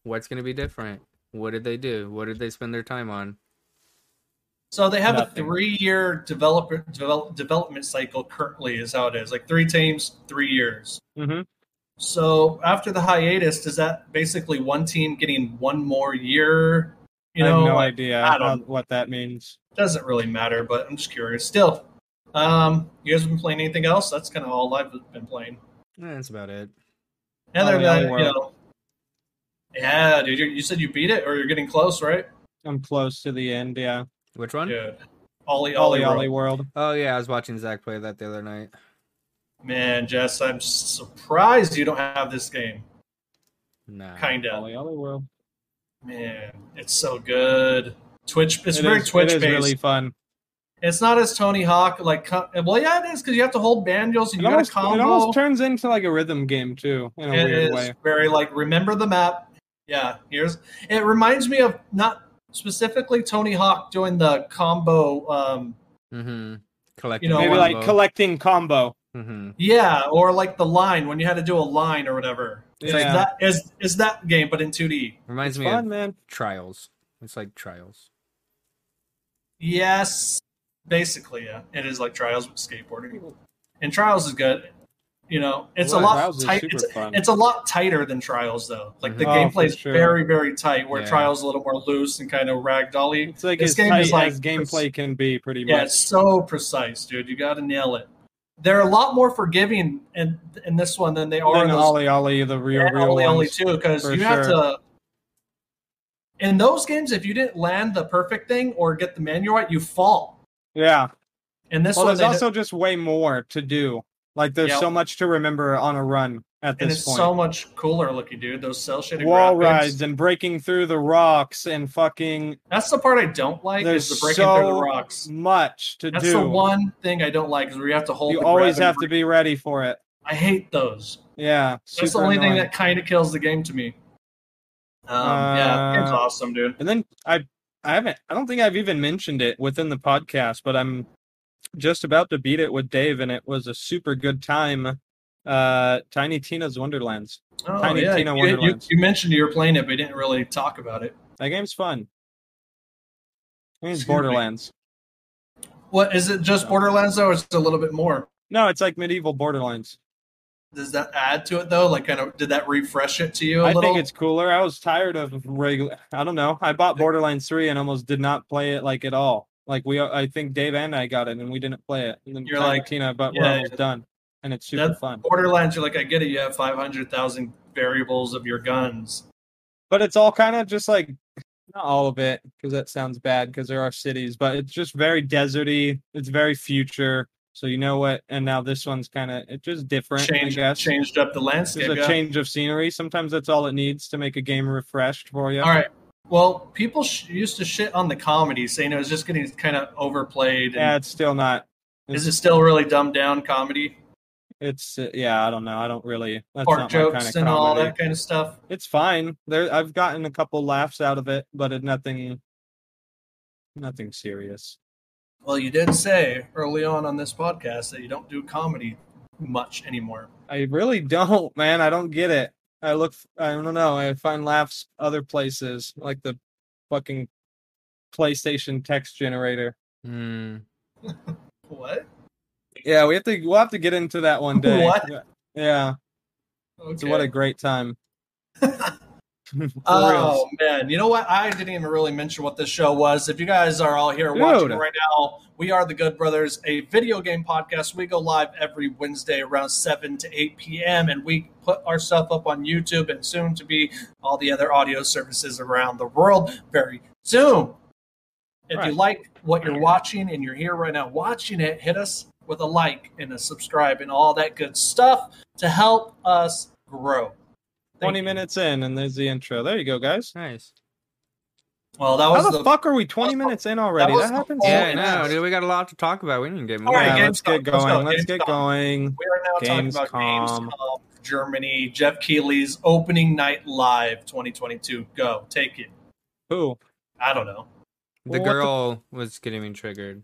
S4: What's gonna be different? What did they do? What did they spend their time on?
S3: So they have
S5: Nothing.
S3: a three-year developer develop, development cycle. Currently, is how it is. Like three teams, three years.
S5: hmm
S3: So after the hiatus, does that basically one team getting one more year? You
S5: I
S3: know,
S5: have no
S3: like,
S5: idea
S3: I
S5: how-
S3: don't-
S5: what that means.
S3: doesn't really matter, but I'm just curious. Still, um, you guys been playing anything else? That's kind of all I've been playing.
S4: Eh, that's about it.
S3: Other
S5: Probably
S3: than you
S5: Underworld.
S3: know, yeah, dude, you, you said you beat it or you're getting close, right?
S5: I'm close to the end. Yeah,
S4: Which one?
S3: Dude, Ollie,
S5: Ollie
S3: Ollie,
S5: Ollie
S3: Ollie,
S5: World.
S4: Oh yeah, I was watching Zach play that the other night.
S3: man, Jess, I'm surprised you don't have this game.
S4: Nah.
S3: Kinda,
S5: Ollie Ollie World.
S3: man, it's so good. Twitch, it's
S5: It
S3: very
S5: is-
S3: Twitch
S5: It is
S3: based.
S5: really fun.
S3: It's not as Tony Hawk like. co- Well, yeah, it is because you have to hold banjos and
S5: It
S3: you got
S5: almost,
S3: to
S5: it
S3: combo.
S5: almost turns into like a rhythm game too, in a
S3: It
S5: weird
S3: is
S5: way.
S3: very like remember the map. Yeah, here's it reminds me of not specifically Tony Hawk doing the combo. Um,
S4: Mm-hmm. Collecting.
S3: You know,
S5: Maybe
S3: one
S5: like
S4: combo.
S5: collecting combo.
S4: Mm-hmm.
S3: Yeah, or like the line when you had to do a line or whatever. It's like
S5: Yeah.
S3: that is is that game, but in 2D.
S4: Reminds
S5: It's
S4: me of
S5: fun, man.
S4: Trials. It's like Trials.
S3: Yes, basically, yeah. It is like trials with skateboarding, and trials is good. You know, it's a
S5: Right,
S3: lot
S5: Trials is
S3: tight.
S5: super
S3: It's,
S5: fun.
S3: it's a lot tighter than trials, though. Like the
S5: Mhm. Oh,
S3: gameplay
S5: for
S3: is
S5: sure.
S3: very, very tight. Where
S4: Yeah.
S3: trials a little more loose and kind of ragdolly.
S5: It's like
S3: This
S5: as
S3: game
S5: tight
S3: is like-
S5: as gameplay can be, pretty
S3: Yeah,
S5: much.
S3: it's so precise, dude. You got to nail it. They're a lot more forgiving in in this one than they
S5: Then
S3: are in those
S5: Ollie Ollie, the real,
S3: and
S5: real
S3: only only
S5: ones.
S3: two because
S5: for
S3: you have
S5: sure.
S3: to. In those games, if you didn't land the perfect thing or get the menu right, you fall.
S5: Yeah.
S3: And this
S5: Well,
S3: one,
S5: there's
S3: they did-
S5: also just way more to do. Like there's
S3: Yeah.
S5: so much to remember on a run at
S3: and
S5: this
S3: it's
S5: point.
S3: so much cooler looking, dude. Those cell shaded
S5: Wall
S3: graphics.
S5: rides and breaking through the rocks and fucking
S3: That's the part I don't like
S5: There's
S3: is the breaking through the
S5: so
S3: rocks.
S5: much to
S3: That's
S5: do.
S3: the one thing I don't like is where you have to hold.
S5: you
S3: the
S5: always
S3: grab
S5: have
S3: and
S5: to be ready for it.
S3: break. I hate those.
S5: Yeah.
S3: That's the
S5: super
S3: only thing
S5: annoying.
S3: that kind of kills the game to me. Um, yeah, it's
S5: Uh,
S3: awesome, dude.
S5: And then I I haven't I don't think I've even mentioned it within the podcast, but I'm just about to beat it with Dave and it was a super good time. Uh Tiny Tina's Wonderlands.
S3: Oh,
S5: Tiny
S3: yeah.
S5: Tina
S3: you, you,
S5: Wonderlands.
S3: you mentioned you were playing it, but you didn't really talk about it.
S5: That game's fun. I mean, it's
S3: Excuse me.
S5: Borderlands.
S3: What is it? Just Borderlands though, or is it a little bit more?
S5: No, it's like medieval Borderlands.
S3: Does that add to it though? Like, kind of, did that refresh it to you a
S5: I
S3: little?
S5: think it's cooler. I was tired of regular. I don't know. I bought Borderlands three and almost did not play it like at all. Like we, I think Dave and I got it and we didn't play it. And then
S3: You're
S5: Tiny
S3: like,
S5: Tina, but we're
S3: yeah,
S5: almost done, and it's super
S3: That's-
S5: fun.
S3: Borderlands. You're like, I get it. You have five hundred thousand variables of your guns.
S5: But it's all kind of just like not all of it because that sounds bad because there are cities, but it's just very deserty. It's very future. So you know what? And now this one's kind of it's just different. I
S3: Changed,
S5: guess.
S3: changed up the
S5: There's
S3: landscape.
S5: a
S3: yeah.
S5: change of scenery. Sometimes that's all it needs to make a game refreshed for you.
S3: All right. Well, people sh- used to shit on the comedy, saying it was just getting kind of overplayed.
S5: Yeah,
S3: And
S5: it's still not.
S3: is it still really dumbed down comedy,
S5: It's uh, yeah, I don't know. I don't really. That's
S3: Part
S5: not
S3: jokes
S5: my kind of
S3: and
S5: comedy.
S3: all that kind of stuff?
S5: It's fine. There, I've gotten a couple laughs out of it, but it, nothing, nothing serious.
S3: Well, you did say early on on this podcast that you don't do comedy much anymore.
S5: I really don't, man. I don't get it. I look. I don't know. I find laughs other places, like the fucking PlayStation text generator.
S4: Mm.
S3: What?
S5: Yeah, we have to. We'll have to get into that one day.
S3: What?
S5: Yeah. So
S3: Okay.
S5: what a great time. For reals.
S3: Oh man, you know what? I didn't even really mention what this show was. If you guys are all here watching
S5: Dude.
S3: right now, we are the Good Brothers, a video game podcast. We go live every Wednesday around seven to eight p.m. and we put our stuff up on YouTube and soon to be all the other audio services around the world very soon. If
S5: Right.
S3: you like what you're watching and you're here right now watching it, hit us with a like and a subscribe and all that good stuff to help us grow. Thank
S5: Twenty
S3: you.
S5: minutes in, and there's the intro. There you go, guys.
S4: Nice.
S3: Well, that was
S5: How the,
S3: the
S5: fuck are we 20 minutes in already?
S3: That
S5: That,
S3: was the
S5: happens.
S3: Oh,
S4: Yeah,
S5: so
S4: I know,
S5: fast.
S4: dude. We got a lot to talk about. We didn't get.
S3: All right,
S5: Yeah,
S3: Gamescom,
S5: let's get
S3: let's go,
S5: going. Let's get
S3: Gamescom.
S5: going.
S3: We are now talking
S5: Gamescom.
S3: about Gamescom Germany. Jeff Keighley's opening night live 2022. Go take it.
S5: Who?
S3: I don't know.
S4: The
S5: What the-
S4: girl was getting me triggered.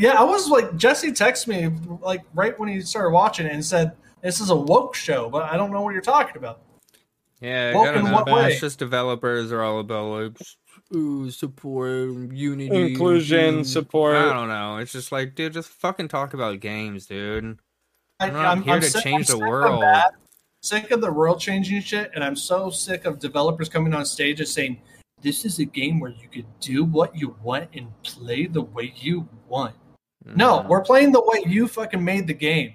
S3: Yeah, I was like Jesse texted me like right when he started watching it and said this is a woke show, but I don't know what you're talking about.
S4: Yeah,
S3: Well,
S4: I don't
S3: in
S4: know.
S3: what way?
S4: It's just developers are all about like s- ooh, support, unity,
S5: Inclusion,
S4: mm.
S5: support.
S4: I don't know. It's just like, dude, just fucking talk about games, dude. Mm.
S3: I,
S4: I'm not here to change the world.
S3: Of that. Sick of the world changing shit, and I'm so sick of developers coming on stage and saying, "This is a game where you can do what you want and play the way you want." No,
S4: Mm.
S3: we're playing the way you fucking made the game.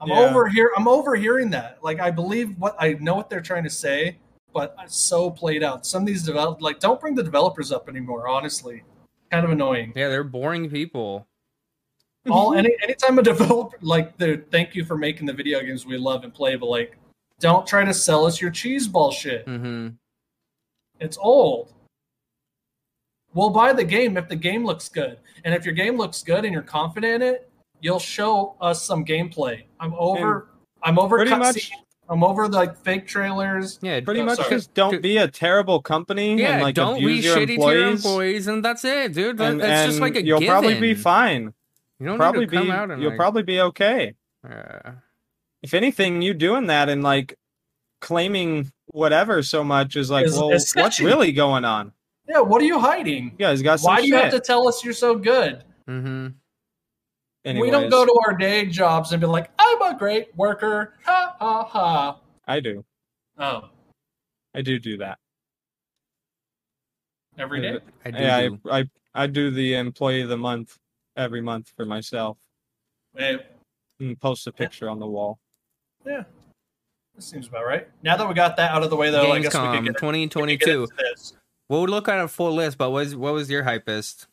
S3: I'm
S5: Yeah.
S3: over here. I'm overhearing that. Like I believe what I know what they're trying to say, but it's so played out. Some of these develop like don't bring the developers up anymore. Honestly, kind of annoying.
S4: Yeah, they're boring people.
S3: All any anytime a developer like the thank you for making the video games we love and play, but like don't try to sell us your cheese ball shit.
S4: Mm-hmm.
S3: It's old. We'll buy the game if the game looks good. And if your game looks good and you're confident in it, you'll show us some gameplay. I'm over I'm over
S5: Pretty much,
S3: cutscene- I'm over like fake trailers.
S4: Yeah,
S5: pretty
S3: Oh,
S5: much
S3: sorry.
S5: just don't
S4: Dude.
S5: be a terrible company
S4: yeah.
S5: and like
S4: don't be
S5: abuse your
S4: shitty
S5: employees.
S4: to your employees, and that's it, dude. That-
S5: And,
S4: that's just
S5: and
S4: like a
S5: you'll probably be
S4: given.
S5: fine.
S4: You don't
S5: probably
S4: need to come
S5: be
S4: out and
S5: you'll
S4: like,
S5: probably be okay.
S4: uh,
S5: If anything, you doing that and like claiming whatever so much is like,
S3: Is-
S5: well,
S3: is
S5: what's
S3: sketchy.
S5: really going on?
S3: Yeah, what are you hiding?
S5: You guys got some
S3: Why do you have
S5: shit.
S3: to tell us you're so good?
S4: mhm.
S3: We
S5: Anyways,
S3: don't go to our day jobs and be like, I'm a great worker. Ha ha ha.
S5: I do.
S3: Oh,
S5: I do do that.
S3: every day.
S4: I do.
S5: Yeah,
S4: do.
S5: I, I I do the employee of the month every month for myself
S3: Eh,
S5: and post a picture on the wall.
S3: yeah, that seems about right. Now that we got that out of the way, though, I guess we
S4: Gamescom
S3: could get, we could get
S4: 2022.
S3: into this.
S4: We'll look at a full list, but what was what was your hypest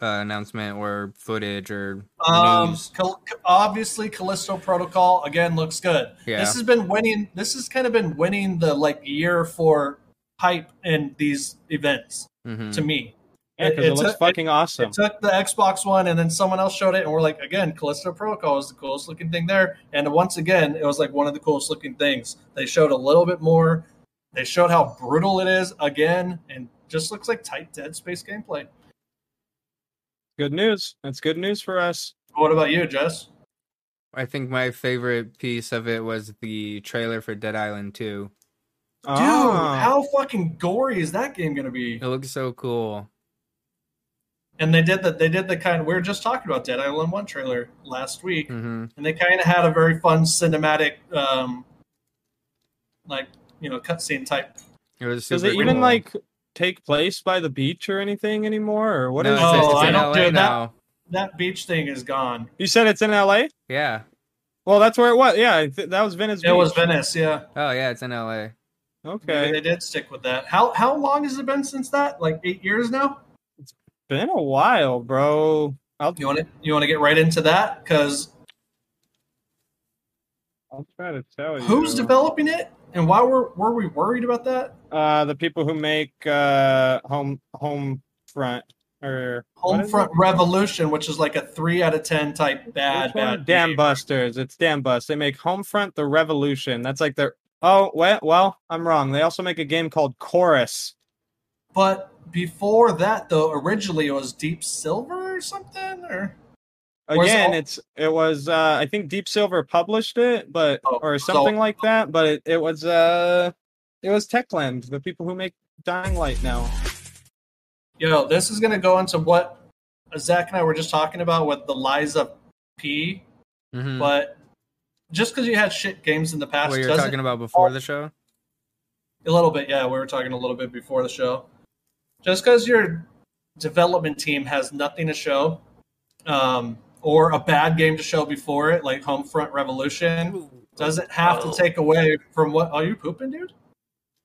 S4: uh, announcement or footage or
S3: Um,
S4: news?
S3: Cal- obviously, Callisto Protocol again looks good.
S4: Yeah.
S3: This has been winning. This has kind of been winning the like year for hype in these events
S4: Mhm.
S3: to me.
S5: Yeah, because it,
S3: it's
S5: looks
S3: a-
S5: fucking awesome.
S3: It took the Xbox One, and then someone else showed it, and we're like, again, Callisto Protocol is the coolest looking thing there. And once again, it was like one of the coolest looking things. They showed a little bit more. They showed how brutal it is again, and just looks like tight Dead Space gameplay.
S5: good news. That's good news for us.
S3: What about you, Jess?
S4: I think my favorite piece of it was the trailer for Dead Island 2.
S5: Dude,
S3: Dude,
S5: Ah.
S3: how fucking gory is that game going to be?
S4: It looks so cool.
S3: And they did that. They did the kind. We were just talking about Dead Island One trailer last week,
S4: hmm
S3: and they kind of had a very fun cinematic, um, like you know, cutscene type.
S4: It was super
S5: does it even
S4: cool.
S5: like take place by the beach or anything anymore? Or what
S4: no,
S5: is
S4: it's,
S5: it?
S4: it's
S3: Oh, I
S4: in
S3: don't
S4: LA
S3: do that.
S4: now.
S3: That beach thing is gone.
S5: You said it's in LA.
S4: Yeah.
S5: Well, that's where it was. Yeah, I th- that was Venice.
S3: It was
S5: Beach.
S3: Venice, yeah.
S4: Oh yeah, it's in LA.
S5: Okay,
S3: Maybe they did stick with that. How how long has it been since that? Like eight years now.
S5: been a while, bro. I'll
S3: You want to you want to get right into that because
S5: I'll try to tell you.
S3: who's developing it and why were were we worried about that?
S5: Uh, the people who make uh home home front or what is
S3: Homefront
S5: it?
S3: Revolution, which is like a three out of ten type bad
S5: Which one?
S3: bad
S5: Dam
S3: game.
S5: Busters. It's Dam Bust. They make Homefront the Revolution. That's like their. Oh well, well, I'm wrong. They also make a game called Chorus.
S3: But before that, though, originally it was Deep Silver or something, or Or is it
S5: Again,
S3: all-
S5: it's it was uh I think Deep Silver published it, but
S3: Oh,
S5: or
S3: so-
S5: something like that. But it, it was uh it was Techland, the people who make Dying Light now.
S3: you know, this is going to go into what Zach and I were just talking about with the Liza P.
S4: Mhm.
S3: But just because you had shit games in the past,
S4: What you were
S3: doesn't
S4: talking about before the show?
S3: A little bit, yeah. We were talking a little bit before the show. Just because your development team has nothing to show, um, or a bad game to show before it, like Homefront Revolution, doesn't have to take away from what. Are you pooping, dude?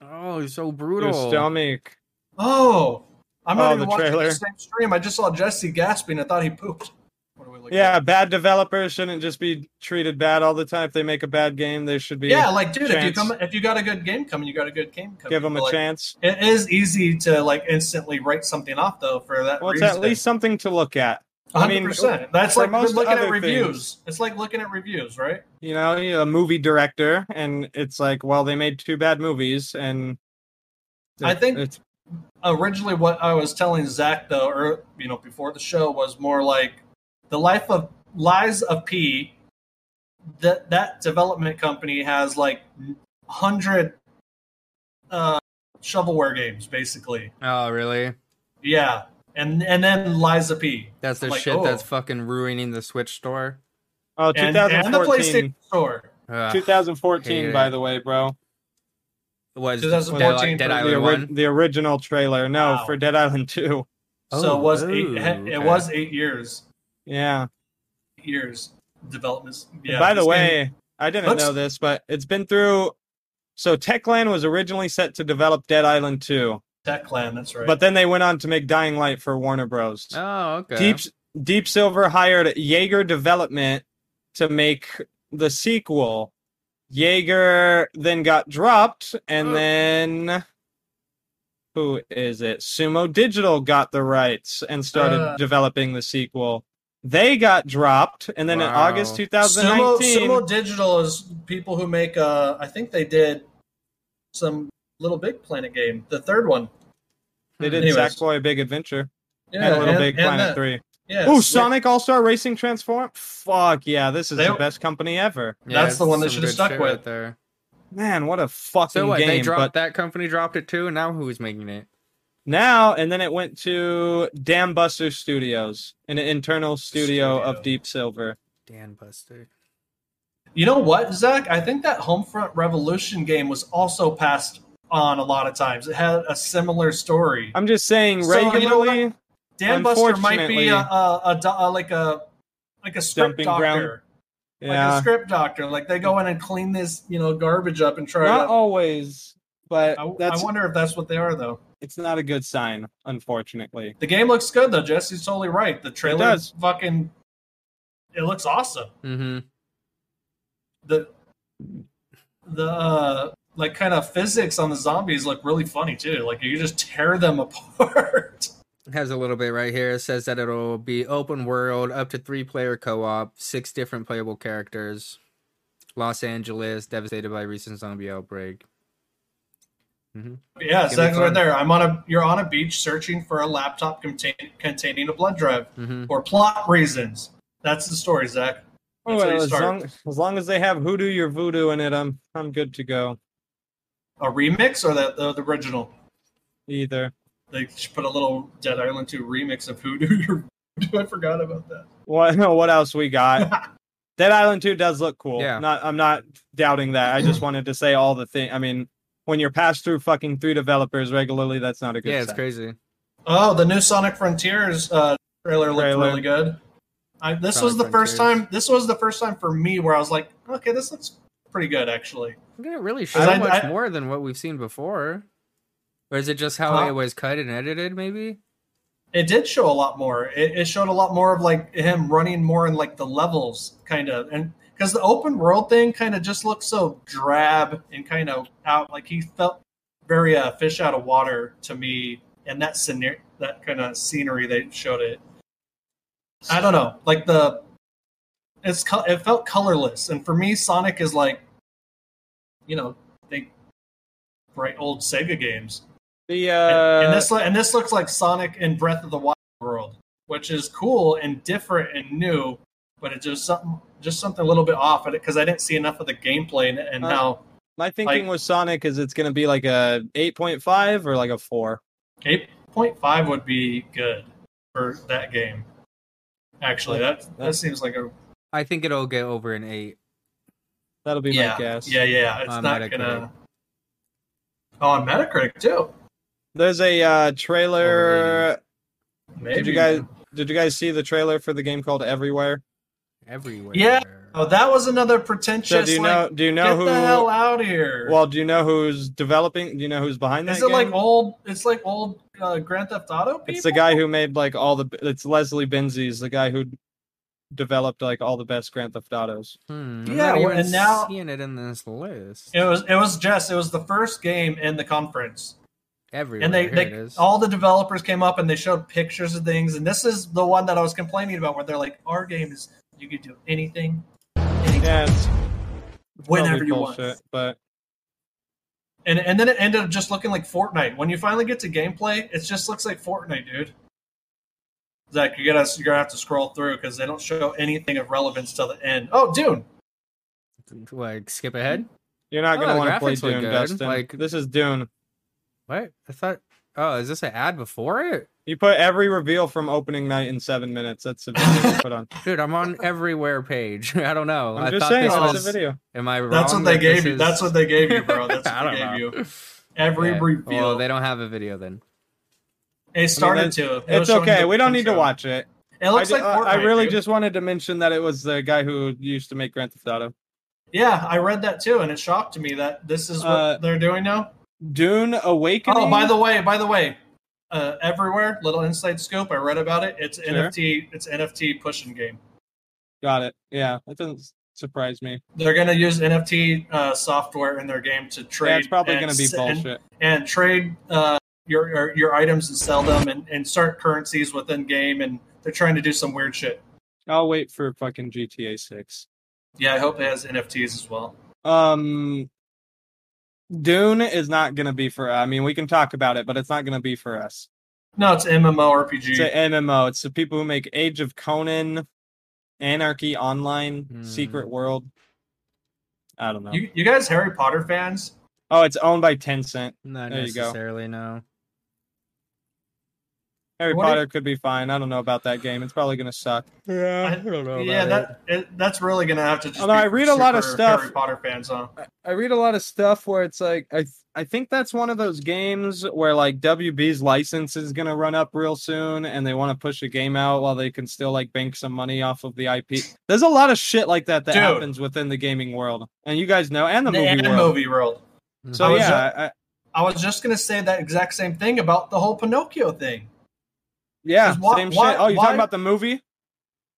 S4: Oh, it's so
S5: Your
S4: brutal.
S5: stomach.
S3: Oh, I'm
S5: Oh,
S3: not even
S5: the
S3: watching
S5: trailer.
S3: the same stream. I just saw Jesse gasping. I thought he pooped. What are we looking
S5: Yeah,
S3: at?
S5: bad developers shouldn't just be treated bad all the time. If they make a bad game, they should be
S3: yeah, like dude, if you
S5: Chance.
S3: come, if you got a good game coming, you got a good game coming.
S5: give them a
S3: Like,
S5: chance.
S3: It is easy to like instantly write something off though for that
S5: Well, it's
S3: reason.
S5: at least something to look at. I mean,
S3: 100%. That's
S5: for
S3: like
S5: most
S3: looking at
S5: other
S3: reviews. It's like looking at reviews, right?
S5: You know, you're a movie director, and it's like, well, they made two bad movies, and
S3: I think-
S5: it's
S3: Originally, what I was telling Zach though, or you know, before the show, was more like the life of lies of P. That that development company has like hundred uh, shovelware games, basically.
S4: Oh, really?
S3: Yeah, and and then lies of P.
S4: That's the
S3: Like,
S4: shit
S3: oh.
S4: that's fucking ruining the Switch store.
S5: oh,
S3: And, and the
S5: 2014.
S3: PlayStation Store.
S4: Ugh.
S5: 2014,
S4: Hate
S5: by
S4: it.
S5: the way, bro.
S4: was
S3: 2014
S4: Dead, Dead
S3: for
S5: The,
S4: Island
S5: ori-
S4: One.
S5: the original trailer, no,
S3: Wow.
S5: for Dead Island 2.
S3: so
S4: Oh,
S3: it was eight.
S4: ooh,
S3: It
S4: okay.
S3: was eight years.
S5: Yeah.
S3: Eight years developments.
S5: And
S3: Yeah.
S5: by the
S3: this game-
S5: way, I didn't
S3: looks-
S5: know this, but it's been through. So Techland was originally set to develop Dead Island 2,
S3: Techland. That's right.
S5: but then they went on to make Dying Light for Warner Bros.
S4: Oh, okay.
S5: Deep Deep Silver hired Jaeger Development to make the sequel. Jaeger then got dropped, and
S4: Oh.
S5: then who is it? Sumo Digital got the rights and started
S3: Uh.
S5: developing the sequel. They got dropped, and then in
S4: Wow.
S5: August
S3: Sumo,
S5: 2019,
S3: Sumo Digital is people who make. Uh, I think they did some Little Big Planet game, the third one.
S5: they did
S3: Anyways.
S5: Sackboy: A Big Adventure
S3: Yeah,
S5: and Little
S3: and-
S5: Big
S3: and
S5: Planet
S3: that.
S5: Three.
S3: Yeah.
S5: Oh,
S3: it's-
S5: Sonic All Star Racing Transform. Fuck yeah, this is
S3: They-
S5: the best company ever.
S3: That's the one they
S4: some
S3: should've
S4: good
S3: stuck
S4: shit
S3: with.
S4: right there.
S5: Man, what a fucking
S4: So what?
S5: game.
S4: they
S5: but
S4: dropped that company, dropped it too, and now who's making it?
S5: now and then it went to Damn Buster Studios, an internal studio,
S3: Studio.
S5: of Deep Silver.
S4: Dan Buster.
S3: You know what, Zach? I think that Homefront Revolution game was also passed on a lot of times. It had a similar story.
S5: I'm just saying
S3: So, you know
S5: regularly.
S3: Dan Buster might be
S5: unfortunately-
S3: a, a, a do- a- like a like a script
S5: Dumping
S3: doctor,
S5: ground.
S3: like a
S5: yeah,
S3: script doctor. Like they go in and clean this you know garbage up and try
S5: not
S3: to.
S5: always, but
S3: I, I
S5: that's
S3: wonder if that's what they are though.
S5: it's not a good sign, unfortunately.
S3: The game looks good though. Jesse's totally right. The trailer
S5: does.
S3: fucking it looks awesome.
S4: Mm-hmm.
S3: The the uh, like kind of physics on the zombies look really funny too. Like you just tear them apart.
S4: Has a little bit right here. It says that it'll be open world, up to three player co op, six different playable characters. Los Angeles, devastated by recent zombie outbreak.
S3: yeah,
S4: be
S3: Zach's right
S4: fun.
S3: there. I'm on a you're on a beach searching for a laptop contain, containing a blood drive.
S4: Mm-hmm.
S3: or plot reasons. That's the story, Zach. That's how
S5: Well,
S3: you
S5: as,
S3: start.
S5: long, as long as they have Hoodoo Your Voodoo in it, I'm I'm good to go.
S3: A remix or the, the, the original?
S5: Either.
S3: They should put a little Dead Island 2 remix of Hoodoo. I forgot about that.
S5: What what else we got? Dead Island 2 does look cool.
S4: Yeah.
S5: Not I'm not doubting that. I just wanted to say all the thing. I mean, when you're passed through fucking three developers regularly, that's not a good
S4: Yeah, it's
S5: sign.
S4: crazy.
S3: Oh, the new Sonic Frontiers uh, trailer looked
S5: Trailer.
S3: really good. I, this was the
S4: Sonic
S3: first
S4: Frontiers.
S3: time. This was the first time for me where I was like, okay, this looks pretty good actually.
S4: We didn't really show
S3: I-
S4: much
S3: I-
S4: more than what we've seen before. Or is it just how
S3: Huh?
S4: it was cut and edited, maybe?
S3: It did show a lot more. It, it showed a lot more of like him running more in like the levels kind of, and because the open world thing kind of just looked so drab and kind of out. Like he felt very uh, fish out of water to me, and that scenario, that kind of scenery they showed it. I don't know, like the it's co- it felt colorless, and for me, Sonic is like, you know, they bright old Sega games. And-
S5: The uh
S3: and this lo- and this looks like Sonic in Breath of the Wild world, which is cool and different and new, but it's just something just something a little bit off at it because I didn't see enough of the gameplay and, and
S5: Uh,
S3: how
S5: my thinking
S3: like-
S5: with Sonic is it's going to be like a 8.5 or like a 4.
S3: eight point five would be good for that game. Actually, that that seems like a
S4: I think it'll get over an eight.
S5: That'll be
S3: yeah,
S5: my guess.
S3: yeah, yeah. It's
S4: On
S3: not
S4: Metacritic.
S3: gonna. Oh, on Metacritic too.
S5: There's a uh trailer
S3: Maybe
S5: you guys- Did you guys see the trailer for the game called Everywhere?
S4: Everywhere.
S3: Yeah. Oh, that was another pretentious.
S5: So do you know
S3: like,
S5: do you know
S3: get
S5: who
S3: the hell out of here?
S5: Well, do you know who's developing? Do you know who's behind that
S3: is it
S5: game?
S3: like old? It's like old uh, Grand Theft Auto. People?
S5: It's the guy who made like all the. It's Leslie Benzies, the guy who developed like all the best Grand Theft Autos.
S4: Hmm,
S3: Yeah,
S4: I'm not
S3: well,
S4: even
S3: and now-
S4: seeing it in this list.
S3: It was it was Jess. It was the first game in the conference,
S4: Everywhere.
S3: and they,
S4: Here it
S3: they
S4: is.
S3: all the developers came up and they showed pictures of things. And this is the one that I was complaining about, where they're like, "Our game is you can do anything, anytime,
S5: Yeah, it's probably
S3: whenever you
S5: bullshit,
S3: want."
S5: but
S3: And and then it ended up just looking like Fortnite. When you finally get to gameplay, it just looks like Fortnite, dude. Zach, you gotta you're gonna have to scroll through because they don't show anything of relevance till the end. Oh, Dune.
S4: like skip ahead.
S5: you're not gonna
S4: Oh, the
S5: want to play
S4: graphics look
S5: Dune,
S4: good.
S5: Dustin.
S4: Like-
S5: this is Dune.
S3: Mm-hmm.
S4: What? I thought. Oh, is this an ad before it?
S5: You put every reveal from opening night in seven minutes. That's the video you put on.
S4: Dude, I'm on everywhere page. I don't know.
S5: I'm
S4: I
S5: just
S4: thought
S5: saying,
S4: this
S5: that's
S4: was.
S5: a video.
S4: Am I wrong?
S3: That's what
S4: that
S3: they gave
S4: this
S3: you.
S4: is-
S3: That's what they gave you, bro. That's
S4: I
S3: what they
S4: don't
S3: gave
S4: know.
S3: you. Every
S4: Yeah.
S3: reveal.
S4: Well, they don't have a video then.
S3: It started
S5: I mean,
S3: to. It was
S5: It's
S3: showing
S5: okay.
S3: the
S5: We don't need to
S3: intro.
S5: watch it.
S3: It looks
S5: I,
S3: like
S5: ju- I-
S3: Fortnite,
S5: I really
S3: dude.
S5: just wanted to mention that it was the guy who used to make Grand Theft Auto.
S3: yeah. I read that too, and it shocked me that this is what
S5: Uh,
S3: they're doing now.
S5: Dune Awakening.
S3: Oh, by the way, by the way, uh, everywhere little inside scoop. I read about it. It's
S5: Sure.
S3: NFT. It's NFT pushing game.
S5: got it. Yeah, that doesn't s- surprise me.
S3: They're gonna use NFT uh, software in their game to trade.
S5: yeah, it's probably
S3: and
S5: gonna be
S3: s- and-
S5: bullshit.
S3: And, trade uh, your, your your items and sell them and, and start currencies within game. And they're trying to do some weird shit.
S5: I'll wait for fucking GTA 6.
S3: Yeah, I hope it has NFTs as well.
S5: Um Dune is not going to be for I mean we can talk about it but it's not going to be for us.
S3: No, it's MMORPG.
S5: It's an MMO. It's the people who make Age of Conan, Anarchy Online,
S4: Hmm.
S5: Secret World. I don't know.
S3: You, you guys Harry Potter fans?
S5: oh, it's owned by Tencent.
S4: Not
S5: There you go.
S4: necessarily, no.
S5: Harry
S3: What if-
S5: Potter could be fine. I don't know about that game. It's probably gonna suck.
S4: Yeah,
S3: I
S4: don't know.
S3: yeah, that it, that's really gonna have to. just
S5: Although
S3: be
S5: I read a lot of
S3: super
S5: stuff-
S3: Harry Potter fans, huh?
S5: I read a lot of stuff where it's like I th- I think that's one of those games where like WB's license is gonna run up real soon, and they want to push a game out while they can still like bank some money off of the IP. There's a lot of shit like that that
S3: Dude.
S5: happens within the gaming world, and you guys know, and the, movie
S3: and
S5: world.
S3: movie world. I
S5: So
S3: was
S5: yeah, I,
S3: I was just gonna say that exact same thing about the whole Pinocchio thing.
S5: yeah,
S3: 'Cause why-
S5: same
S3: why-
S5: shit. Oh, you
S3: why-
S5: talking about the movie?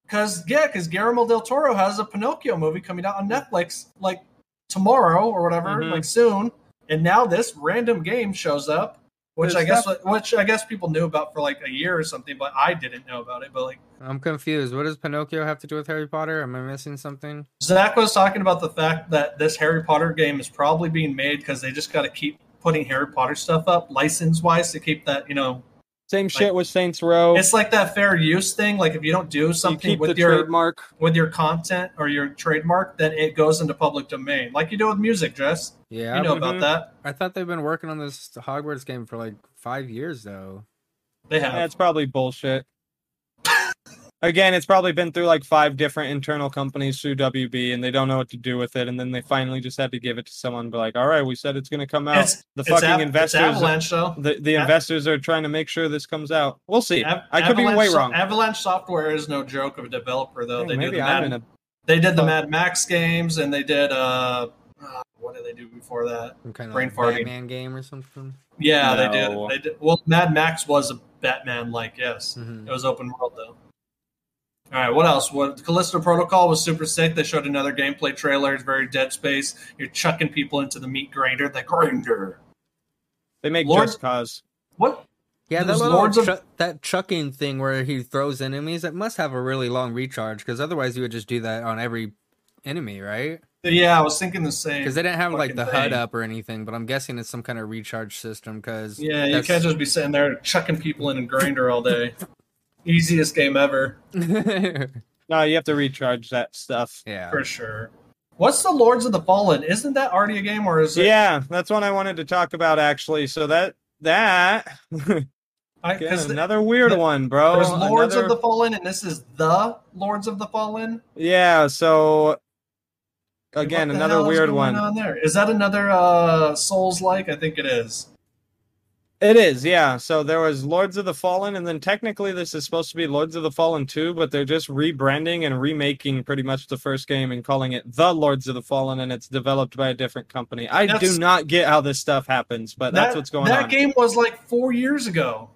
S3: Cause yeah, cause Guillermo del Toro has a Pinocchio movie coming out on Netflix like tomorrow or whatever,
S5: Mhm.
S3: like soon. And now this random game shows up, which
S5: There's
S3: I guess which I guess people knew about for like a year or something, but I didn't know about it. But like
S4: I'm confused. What does Pinocchio have to do with Harry Potter? Am I missing something?
S3: Zach was talking about the fact that this Harry Potter game is probably being made because they just got to keep putting Harry Potter stuff up license wise to keep that you know
S5: Same shit with Saints Row.
S3: it's like that fair use thing. Like if you don't do
S5: Oh. You
S3: something
S5: keep the
S3: with your
S5: trademark.
S3: with your content or your trademark, then it goes into public domain, like you do with music, Jess.
S4: Yeah,
S3: you know
S4: but
S5: mhm.
S3: about that.
S4: I thought they've been working on this Hogwarts game for like five years though.
S3: They have.
S5: That's probably bullshit. Again, it's probably been through like five different internal companies through WB, and they don't know what to do with it. And then they finally just had to give it to someone. Be like, all right, we said it's going to come out.
S3: It's-
S5: the
S3: it's
S5: fucking
S3: Av-
S5: investors,
S3: It's Avalanche, though.
S5: the, the
S3: Av-
S5: investors are trying to make sure this comes out. We'll see.
S3: Av-
S5: I could be
S3: Avalanche
S5: way
S3: so-
S5: wrong.
S3: Avalanche Software is no joke of a developer, though.
S5: Dang,
S3: they, do the
S5: maybe I'm
S3: Mad,
S5: in a.
S3: they did the
S5: Oh.
S3: Mad Max games, and they did, uh, uh, what did they do before that?
S4: Some kind of
S3: Brain
S4: like
S3: farting.
S4: Batman game or something.
S3: Yeah,
S5: No. Hmm.
S3: they did. They did. Well, Mad Max was a Batman-like, yes.
S4: Mhm.
S3: It was open world though. All right, what else? What Callisto Protocol was super sick. They showed another gameplay trailer. It's very Dead Space. You're chucking people into the meat grinder. The grinder.
S5: They make
S3: Lord-
S5: Just Cause.
S3: What?
S4: Yeah, that
S3: There's
S4: little
S3: lords of-
S4: chu- that chucking thing where he throws enemies. It must have a really long recharge because otherwise you would just do that on every enemy, right?
S3: Yeah, I was thinking the same.
S4: Because they didn't have like
S3: Fucking
S4: the HUD
S3: thing.
S4: up or anything. But I'm guessing it's some kind of recharge system. Because
S3: Yeah, you can't just be sitting there chucking people in a grinder all day. Easiest game ever
S5: No, you have to recharge that stuff.
S4: yeah.
S3: for sure. What's the Lords of the Fallen? Isn't that already a game, or is it?
S5: Yeah, that's one I wanted to talk about actually. So that that
S3: I-
S5: again,
S3: 'cause
S5: another weird
S3: the-
S5: one, bro.
S3: there's Lords
S5: Another-
S3: of the Fallen, and this is the Lords of the Fallen.
S5: Yeah, so
S3: Dude,
S5: again,
S3: what the
S5: another
S3: hell is
S5: weird
S3: going
S5: one.
S3: on there. Is that another uh, Souls like? I think it is.
S5: It is, yeah. So there was Lords of the Fallen, and then technically this is supposed to be Lords of the Fallen 2, but they're just rebranding and remaking pretty much the first game and calling it The Lords of the Fallen, and it's developed by a different company. I
S3: That's-
S5: do not get how this stuff happens, but that's
S3: That-
S5: what's going
S3: that
S5: on.
S3: game was like four years ago.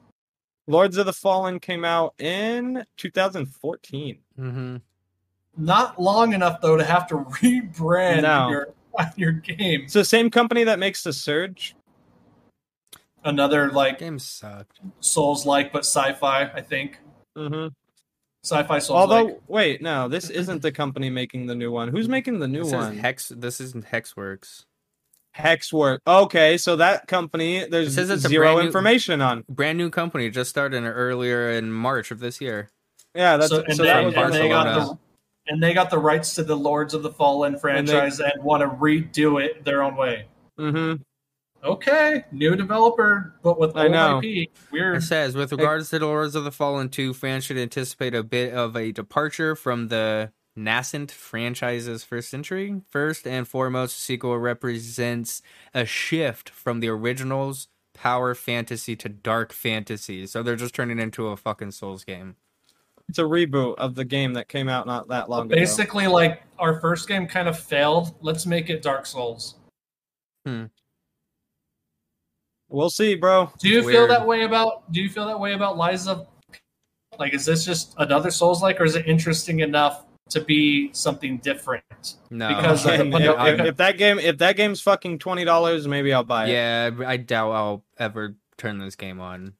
S5: Lords of the Fallen came out in 2014.
S4: Mm-hmm.
S3: Not long enough though to have to rebrand
S5: No.
S3: your your game.
S5: It's the same company that makes The Surge.
S3: Another like
S4: Game sucked.
S3: Souls like, but sci-fi. I think
S4: Mm-hmm.
S5: hmm
S3: sci-fi Souls
S5: Although,
S3: like.
S5: wait, no, this isn't the company making the new one. Who's making the new
S4: This
S5: one?
S4: is Hex. This isn't Hexworks.
S5: Hexwork. Okay, so that company
S4: It
S5: there's
S4: says it's a
S5: zero
S4: brand new-
S5: information on.
S4: Brand new company just started earlier in March of this year.
S5: Yeah, that's
S3: So,
S5: so,
S3: and,
S5: that
S3: they,
S5: was
S4: from
S3: and they got the
S4: Barcelona.
S3: and they got the rights to the Lords of the Fallen franchise and, want to redo it their own way.
S5: hmm
S3: Mm-hmm. Okay, new developer, but with
S5: I
S3: old
S5: know.
S3: IP.
S4: It
S3: Weird.
S4: says, with regards to the Lords of the Fallen 2, fans should anticipate a bit of a departure from the nascent franchise's first century. First and foremost, the sequel represents a shift from the original's power fantasy to dark fantasy. So they're just turning into a fucking Souls game.
S5: It's a reboot of the game that came out not that long ago.
S3: Basically, like our first game kind of failed. Let's make it Dark Souls.
S5: We'll see, bro.
S3: Do you
S4: It's
S3: feel
S4: weird.
S3: that way about? Do you feel that way about Liza? Like, is this just another Souls like, or is it interesting enough to be something different?
S4: No.
S3: Because of the-
S5: And uh, if, if- if that game, if that game's fucking twenty dollars, maybe I'll buy it.
S4: yeah, I doubt I'll ever turn this game on.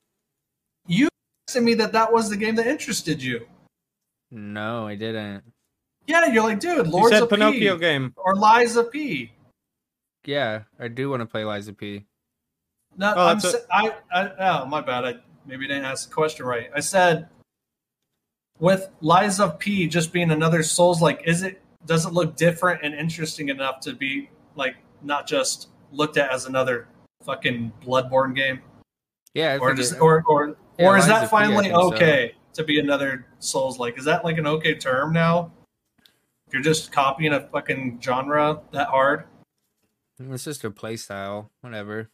S3: You texted me that that was the game that interested you.
S4: No, I didn't.
S3: Yeah, you're like, dude,
S5: You
S3: Lords
S5: said
S3: of
S5: Pinocchio
S3: P
S5: game.
S3: or Liza P.
S4: Yeah, I do want to play Liza P.
S3: No,
S5: Oh,
S3: I'm.
S5: that's
S3: sa- I, I. Oh, my bad. I Maybe I didn't ask the question right. I said with Liza P just being another Souls like, is it does it look different and interesting enough to be like not just looked at as another fucking Bloodborne game?
S4: Yeah, I
S3: Or
S4: think
S3: does
S4: it-
S3: or or,
S4: Yeah,
S3: or is
S4: Lies of P, I
S3: that finally
S4: think so.
S3: okay to be another Souls like? Is that like an okay term now? You're just copying a fucking genre that hard?
S4: Mm, It's just a play style, whatever.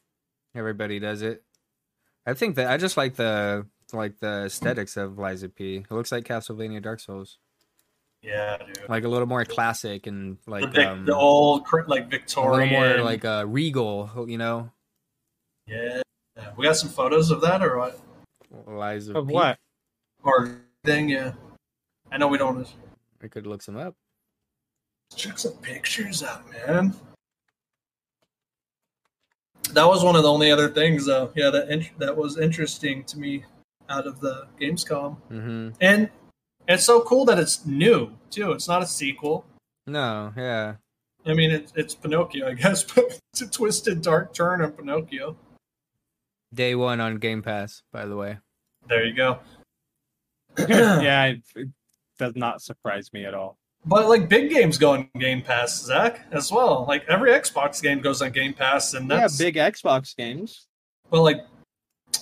S4: Everybody does it. I think that I just like the like the aesthetics of Liza P. It looks like Castlevania Dark Souls,
S3: Yeah, dude.
S4: like a little more classic and like
S3: the, Vic-
S4: um,
S3: the old cr- like
S4: a little
S3: Victorian,
S4: more like uh, regal, you know,
S3: yeah. We got some photos of that or what?
S4: Liza
S5: Of
S4: P.
S5: what?
S3: Or thing, yeah. I know we don't.
S4: I could look some up.
S3: Check some pictures out, man. That was one of the only other things, though. Yeah, that in- that was interesting to me out of the Gamescom,
S4: hmm
S3: and it's so cool that it's new too. It's not a sequel.
S4: No, yeah,
S3: I mean, it, it's Pinocchio, I guess, but it's a twisted, dark turn on Pinocchio.
S4: day one on Game Pass. By the way,
S3: There you go.
S5: yeah, it, it does not surprise me at all.
S3: But like big games go on Game Pass, Zach, as well. Like every Xbox game goes on Game Pass, and that's
S5: Yeah, big Xbox games.
S3: But like,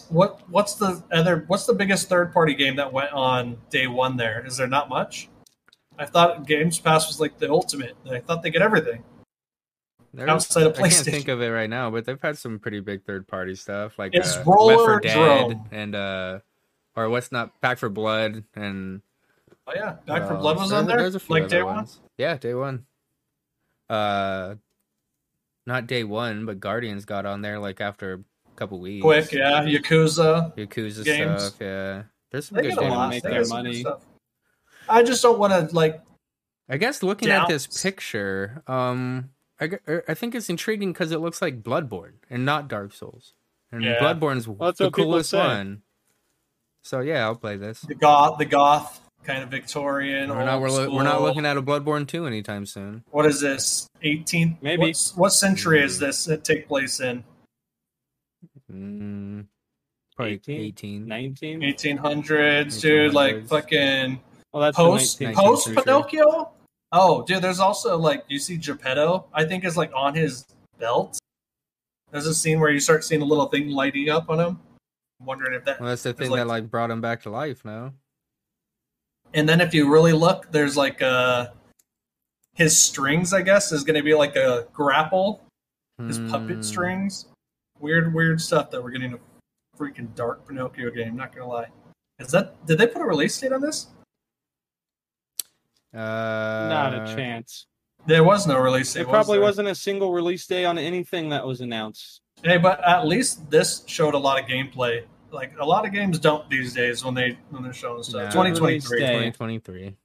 S3: what what's the other what's the biggest third party game that went on day one? There is there not much. I thought Games Pass was like the ultimate. and I thought they get everything.
S4: There's-
S3: Outside of
S4: I can't
S3: PlayStation.
S4: think of it right now, but they've had some pretty big third party stuff like
S3: It's
S4: uh,
S3: Roller
S4: Left 4 Dead
S3: Drome.
S4: and uh, or what's not Back for Blood and
S3: Oh yeah, Back for
S4: Uh,
S3: Blood was on there.
S4: there's a few
S3: Like
S4: other
S3: day one.
S4: ones. Yeah, day one. Uh, not day one, but Guardians got on there like after a couple weeks.
S3: Quick, yeah, Yakuza.
S4: Yakuza
S3: Games.
S4: stuff. Yeah, there's some
S3: They get
S4: good
S3: a
S5: games
S4: games.
S3: lot.
S5: make
S3: They
S5: their
S3: get some good
S5: money.
S3: stuff. I just don't want to like.
S4: I guess looking at this
S3: Doubts.
S4: picture, um, I, g- er, I think it's intriguing because it looks like Bloodborne and not Dark Souls. And
S3: Yeah.
S4: Bloodborne's
S5: that's
S4: the
S5: what people
S4: coolest
S5: say.
S4: one. So yeah, I'll play this.
S3: the goth, the goth kind of Victorian.
S4: We're not
S3: old
S4: we're, lo- we're not
S3: school.
S4: looking at a Bloodborne two anytime soon.
S3: What is this? 18th?
S5: Maybe.
S3: What's, what century is this? It take place in
S4: Mm, probably
S5: 18?
S4: 18.
S5: 19?
S3: 1800s, dude. Like
S4: 1800s.
S3: fucking
S5: Well, Oh, that's
S3: post
S5: the 19th.
S4: Nineteen.
S3: post
S4: century.
S3: Pinocchio. Oh, dude. There's also like you see Geppetto. I think is like on his belt. There's a scene where you start seeing a little thing lighting up on him. I'm wondering if that.
S4: Well, that's the thing
S3: like-
S4: that like brought him back to life. No,
S3: And then if you really look, there's like uh his strings. I guess is going to be like a grapple. His puppet
S4: Mm.
S3: strings. Weird, weird stuff that we're getting a freaking dark Pinocchio game. Not gonna lie. Is that? Did they put a release date on this?
S4: Uh,
S5: Not a chance.
S3: There was no release date.
S5: There
S3: Uh, was
S5: probably
S3: there?
S5: wasn't a single release day on anything that was announced.
S3: Hey, but at least this showed a lot of gameplay. Like a lot of games don't these days when they when they're showing
S4: Nah.
S3: stuff. Twenty twenty
S5: Release
S3: three,
S5: day.
S4: 2023.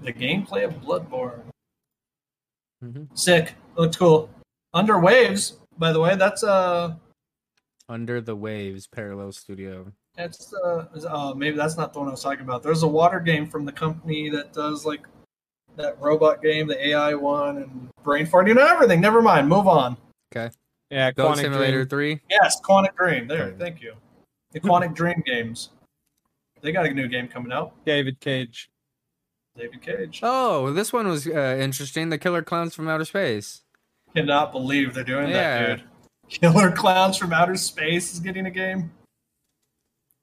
S3: the gameplay of Bloodborne,
S4: Mhm.
S3: sick, looks cool. Under Waves, by the way, that's uh
S4: Under the Waves Parallel Studio.
S3: that's uh, is- uh maybe that's not the one I was talking about. There's a water game from the company that does like that robot game, the AI one, and brain farting and everything. Never mind, move on.
S5: Yeah,
S4: Goat
S5: Quantic
S4: Simulator
S5: Dream.
S4: 3.
S3: Yes, Quantic Dream. There,
S4: Okay.
S3: thank you. The Quantic Dream games. They got a new game coming out.
S5: David Cage.
S3: David Cage.
S4: Oh, this one was uh, interesting. The Killer Clowns from Outer Space.
S3: Cannot believe they're doing
S4: Yeah.
S3: that, dude. Killer Clowns from Outer Space is getting a game.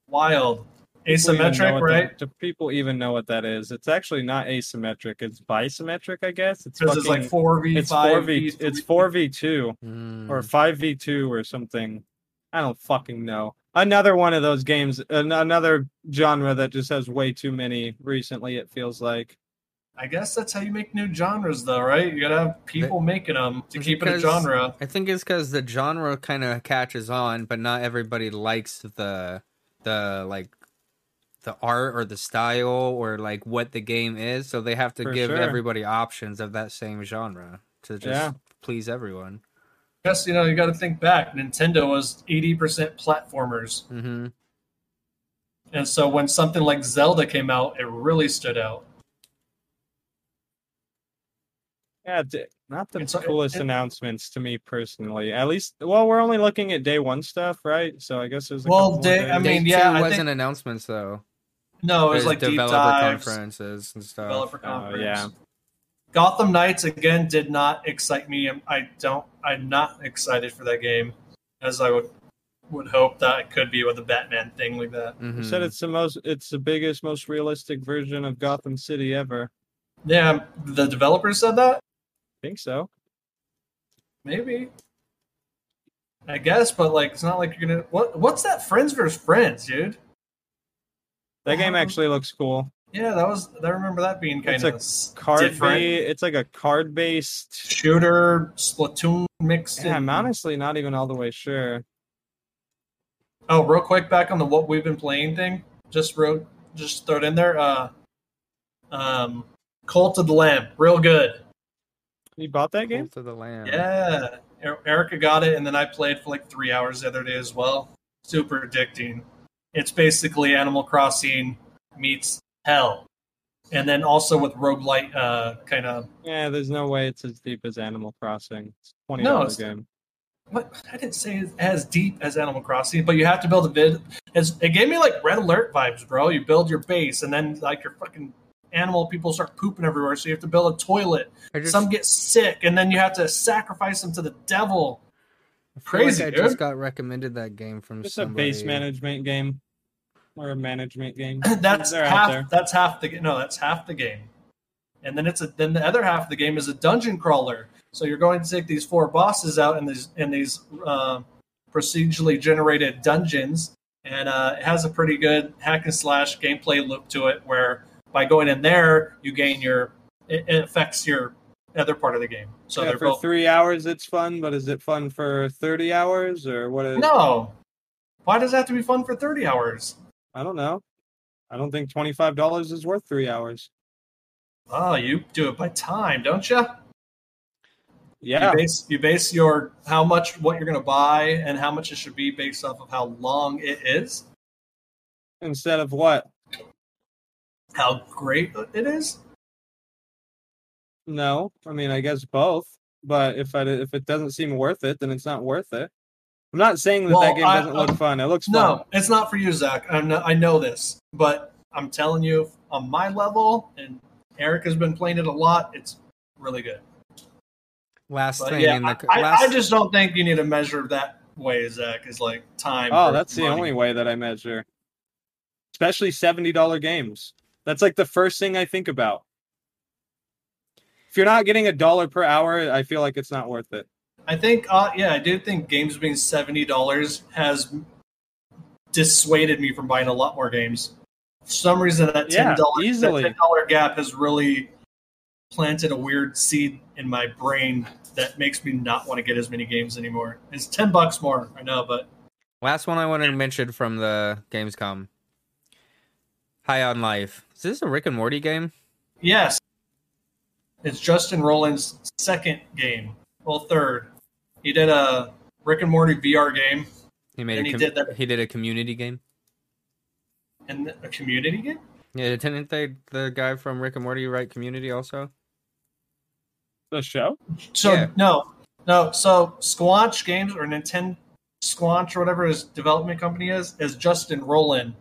S3: Wild.
S5: People even know
S3: Asymmetric,
S5: what that-
S3: right?
S5: do people even know what that is? It's actually not asymmetric. It's bisymmetric, I guess. It's
S3: Because
S5: fucking,
S3: it's like 4v5.
S5: it's four v
S3: V3.
S5: it's four v two
S4: Mm.
S5: or five v two or something. I don't fucking know. Another one of those games. An- another genre that just has way too many recently. It feels like.
S3: I guess that's how you make new genres, though, right? You gotta have people making them to keep it a
S4: Because-
S3: genre.
S4: I think it's because the genre kind of catches on, but not everybody likes the the like the art or the style or like what the game is. So they have to
S5: For
S4: give
S5: sure.
S4: everybody options of that same genre to just
S5: Yeah.
S4: please everyone.
S3: I guess, you know, you gotta think back. Nintendo was 80% platformers.
S5: Mm-hmm.
S4: hmm
S3: And so when something like Zelda came out, it really stood out.
S5: Yeah, d- Not the
S3: It's- it-
S5: coolest
S3: it-
S5: announcements to me personally. At least, well, we're only looking at day one stuff, right? So I guess there's a
S3: Well,
S5: couple more
S3: day- I
S5: days.
S4: Day
S3: mean, yeah,
S4: two
S3: I
S4: wasn't
S3: think-
S4: announcements though.
S3: No, it was
S4: There's
S3: like deep
S4: developer
S3: dives,
S4: conferences and stuff.
S3: developer
S5: Oh,
S3: conference.
S5: yeah.
S3: Gotham Knights again did not excite me. I'm- I don't. I'm not excited for that game, as I would would hope that it could be with a Batman thing like that.
S5: You
S4: Mhm.
S5: said it's the most, it's the biggest, most realistic version of Gotham City ever.
S3: Yeah, the developers said that.
S5: I think so.
S3: Maybe. I guess, but like, it's not like you're gonna. What? What's that? Friends versus friends, dude.
S5: That game
S3: Um,
S5: actually looks cool.
S3: Yeah, that was. I remember that being kind
S5: It's
S3: of
S5: Card,
S3: different
S5: ba- it's like a card-based.
S3: shooter Splatoon mixed.
S5: Yeah,
S3: in.
S5: I'm honestly not even all the way sure.
S3: Oh, real quick, back on the what we've been playing thing. Just wrote, just throw it in there. Uh, um, Cult of the Lamb, real good.
S5: You bought that game?
S4: Cult of the Lamb.
S3: Yeah, E- Erica got it, and then I played for like three hours the other day as well. Super addicting. It's basically Animal Crossing meets Hell, and then also with roguelite uh, kind of.
S5: Yeah, there's no way it's as deep as Animal Crossing. It's a twenty
S3: No,
S5: dollar
S3: it's-
S5: game.
S3: What I didn't say it's as deep as Animal Crossing, but you have to build a vid. It's, it gave me like Red Alert vibes, bro. You build your base, and then like your fucking animal people start pooping everywhere, so you have to build a toilet.
S4: I just
S3: Some get sick, and then you have to sacrifice them to the devil.
S4: I feel like
S3: crazy,
S4: I just
S3: dude.
S4: got recommended that game from
S5: It's
S4: somebody.
S5: a base management game or a management game.
S3: That's
S5: They're out there.
S3: half. That's half the ga- no. That's half the game, and then it's a then the other half of the game is a dungeon crawler. So you're going to take these four bosses out in these in these uh, procedurally generated dungeons, and uh, it has a pretty good hack and slash gameplay loop to it. Where by going in there, you gain your it, it affects your other part of the game. So
S5: yeah,
S3: they're
S5: for
S3: both
S5: three hours it's fun, but is it fun for thirty hours or what? Is,
S3: no. Why does it have to be fun for thirty hours?
S5: I don't know. I don't think twenty five dollars is worth three hours.
S3: Oh, you do it by time, don't you?
S5: Yeah,
S3: You base you base your how much what you're going to buy and how much it should be based off of how long it is,
S5: instead of what?
S3: how great it is.
S5: No, I mean I guess both. But if I, if it doesn't seem worth it, then it's not worth it. I'm not saying that
S3: Well,
S5: that game
S3: I- uh,
S5: doesn't look fun. It looks fun.
S3: No, it's not for you, Zach. I know, I know this, but I'm telling you, on my level, and Eric has been playing it a lot. It's really good.
S4: Last
S3: But
S4: thing
S3: yeah,
S4: in the
S3: I,
S4: last
S3: I just don't think you need to measure that way, Zach. Is like time.
S5: Oh,
S3: versus
S5: that's the
S3: money.
S5: only way that I measure. Especially $70 games. That's like the first thing I think about. If you're not getting a dollar per hour, I feel like it's not worth it.
S3: I think, uh, yeah, I do think games being seventy dollars has dissuaded me from buying a lot more games. For some reason, that
S5: Yeah,
S3: ten dollars
S5: easily.
S3: ten dollar gap has really planted a weird seed in my brain that makes me not want to get as many games anymore. It's ten bucks more, I know, but
S4: last one I wanted to mention from the Gamescom. High on Life. Is this a Rick and Morty game?
S3: yes, it's Justin Roland's second game, well, third. He did a Rick and Morty VR game
S4: He made
S3: And
S4: a
S3: he
S4: com-
S3: did that-
S4: he did a community game.
S3: and a community game.
S4: Yeah, didn't they the guy from Rick and Morty write Community also?
S5: The show?
S3: So
S4: Yeah.
S3: no, no. So Squanch Games or Nintendo Squanch or whatever his development company is is Justin Roland.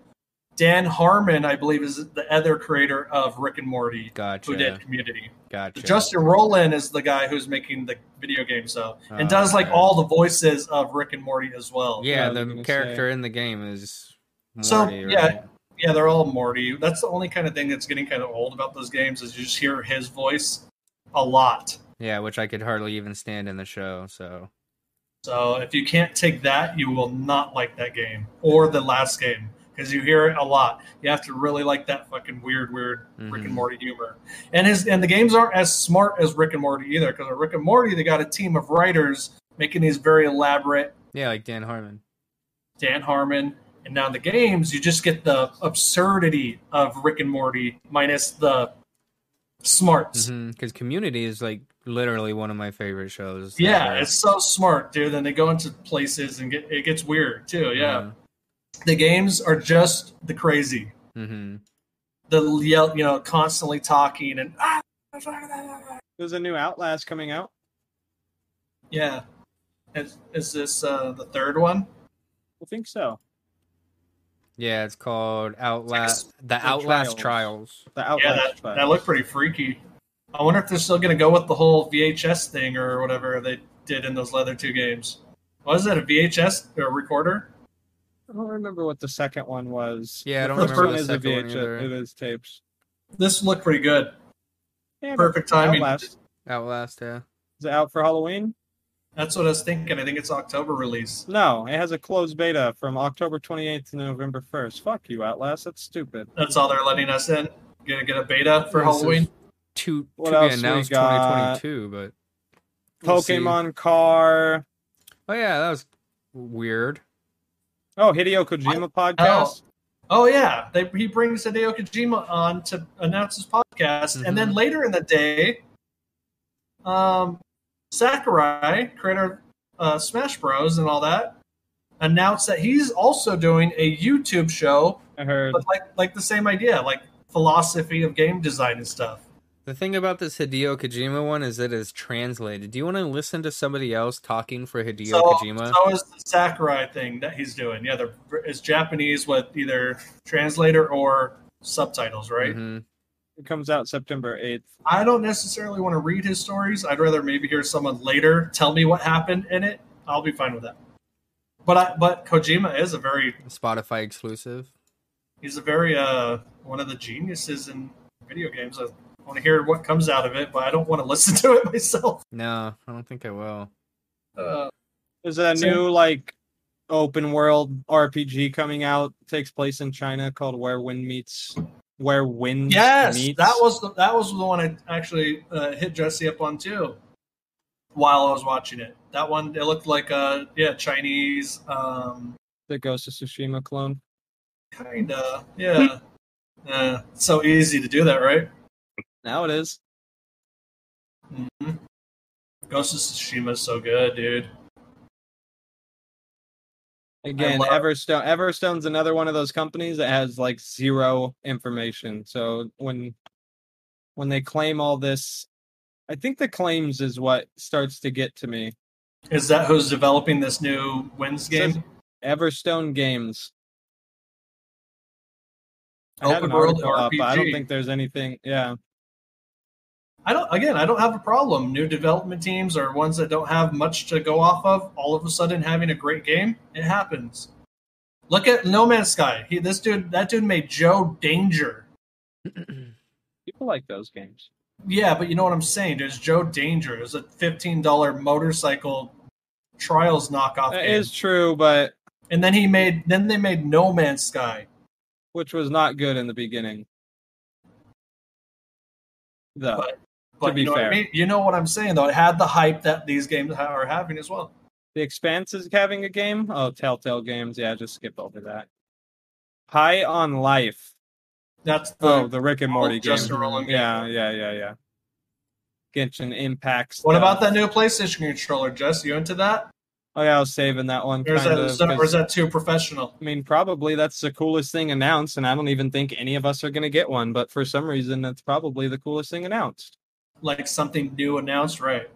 S3: Dan Harmon, I believe, is the other creator of Rick and Morty,
S4: Gotcha.
S3: who did Community.
S4: Gotcha.
S3: Justin Roland is the guy who's making the video game, so and
S4: Oh,
S3: does like
S4: okay.
S3: all the voices of Rick and Morty as well.
S4: yeah,
S5: Yeah, I was
S4: the
S5: gonna
S4: character in the game is Morty,
S3: So, yeah.
S4: right?
S3: Yeah, they're all Morty. That's the only kind of thing that's getting kind of old about those games is you just hear his voice a lot.
S4: Yeah, which I could hardly even stand in the show, so
S3: So if you can't take that, you will not like that game or the last game because you hear it a lot. You have to really like that fucking weird, weird Rick
S4: Mhm.
S3: and Morty humor. And his and the games aren't as smart as Rick and Morty either because Rick and Morty they got a team of writers making these very elaborate
S4: yeah, like Dan Harmon.
S3: Dan Harmon. And now in the games, you just get the absurdity of Rick and Morty minus the smarts.
S4: Because Mm-hmm, Community is like literally one of my favorite shows.
S3: Yeah,
S4: ever.
S3: it's so smart, dude. Then they go into places and get it gets weird too. Yeah.
S4: Mhm.
S3: the games are just the crazy,
S4: Mhm.
S3: the yell, you know, constantly talking and ah,
S5: There's a new Outlast coming out.
S3: Yeah. Is, is this uh, the third one?
S5: I think so.
S4: Yeah, it's called Outlast. The
S5: the
S4: Outlast Trials.
S5: Trials. The Outlast
S3: yeah, that,
S5: Trials.
S3: that looked pretty freaky. I wonder if they're still going to go with the whole VHS thing or whatever they did in those other two games. Was that a VHS or recorder?
S5: I don't remember what the second one was.
S4: Yeah, I don't
S5: the first
S4: remember
S5: one
S4: the
S5: is the
S4: second one either.
S5: VHS. It is tapes.
S3: This looked pretty good.
S5: Yeah, but
S3: Perfect timing.
S5: Outlast is
S4: Outlast, yeah.
S5: it out for Halloween.
S3: That's what I was thinking. I think it's October release.
S5: No, it has a closed beta from October 28th to November 1st. Fuck you, Outlast. That's stupid.
S3: That's all they're letting us in. Gonna get a beta for
S4: This is
S3: Halloween.
S4: To,
S5: What
S4: to
S5: else
S4: be
S5: we
S4: announced
S5: got?
S4: 2022, but. we'll see.
S5: Pokemon Car.
S4: Oh, yeah, that was weird.
S5: Oh, Hideo Kojima podcast.
S3: Oh yeah, they, he brings Hideo Kojima on to announce his podcast, and
S4: Mm-hmm.
S3: then later in the day, um, Sakurai, creator of uh, Smash Bros. and all that, announced that he's also doing a YouTube show,
S5: I heard.
S3: but like like the same idea, like philosophy of game design and stuff.
S4: The thing about this Hideo Kojima one is it is translated. Do you want to listen to somebody else talking for Hideo
S3: so,
S4: Kojima?
S3: so is the Sakurai thing that he's doing. Yeah, there is Japanese with either translator or subtitles, right?
S4: Mhm.
S5: It comes out September 8th.
S3: I don't necessarily want to read his stories. I'd rather maybe hear someone later tell me what happened in it. I'll be fine with that. But I, but Kojima is a very
S4: Spotify exclusive.
S3: he's a very uh one of the geniuses in video games. I want to hear what comes out of it, but I don't want to listen to it myself.
S4: No, I don't think I will.
S3: Uh,
S5: There's a
S3: So-
S5: new like open world RPG coming out. takes place in China called Where Wind Meets. Where Wind
S3: yes,
S5: Meets.
S3: that was the, that was the one I actually uh, hit Jesse up on too. While I was watching it, that one it looked like uh yeah Chinese um
S5: the Ghost of Tsushima clone.
S3: kinda
S5: Hmm.
S3: yeah. Uh, so easy to do that, right?
S5: Now it is.
S3: hmm Ghost of Tsushima is so good, dude.
S5: Again,
S3: love-
S5: Everstone Everstone's another one of those companies that has like zero information. So when when they claim all this I think the claims is what starts to get to me.
S3: Is that who's developing this new Wins game?
S5: Says Everstone Games. I had an
S3: Open world
S5: article up,
S3: RPG.
S5: but I don't think there's anything. Yeah,
S3: again, I don't have a problem. New development teams or ones that don't have much to go off of, all of a sudden having a great game, it happens. Look at No Man's Sky. He, this dude, that dude made Joe Danger.
S5: people like those games.
S3: Yeah, but you know what I'm saying. There's Joe Danger. It was a $15 motorcycle trials knockoff.
S5: That
S3: game.
S5: is true, but
S3: and then he made, then they made No Man's Sky.
S5: which was not good in the beginning. Though.
S3: But- But
S5: be
S3: you know
S5: fair.
S3: what I mean? You know what I'm saying, though. It had the hype that these games ha- are having as well.
S5: The Expanse is having a game. Oh, Telltale Games. Yeah, just skip over that. High on Life.
S3: That's the
S5: Oh, the Rick and
S3: old
S5: Morty game.
S3: Justin Roiland game.
S5: Yeah, yeah, yeah, yeah. Genshin Impact.
S3: What
S5: stuff.
S3: about that new PlayStation controller, Jess? You into that?
S5: Oh yeah, I was saving that one.
S3: Or is
S5: kind
S3: that,
S5: of,
S3: is that- or
S5: 'cause-
S3: is that too professional?
S5: I mean, probably that's the coolest thing announced, and I don't even think any of us are going to get one. But for some reason, that's probably the coolest thing announced.
S3: Like something new announced, right?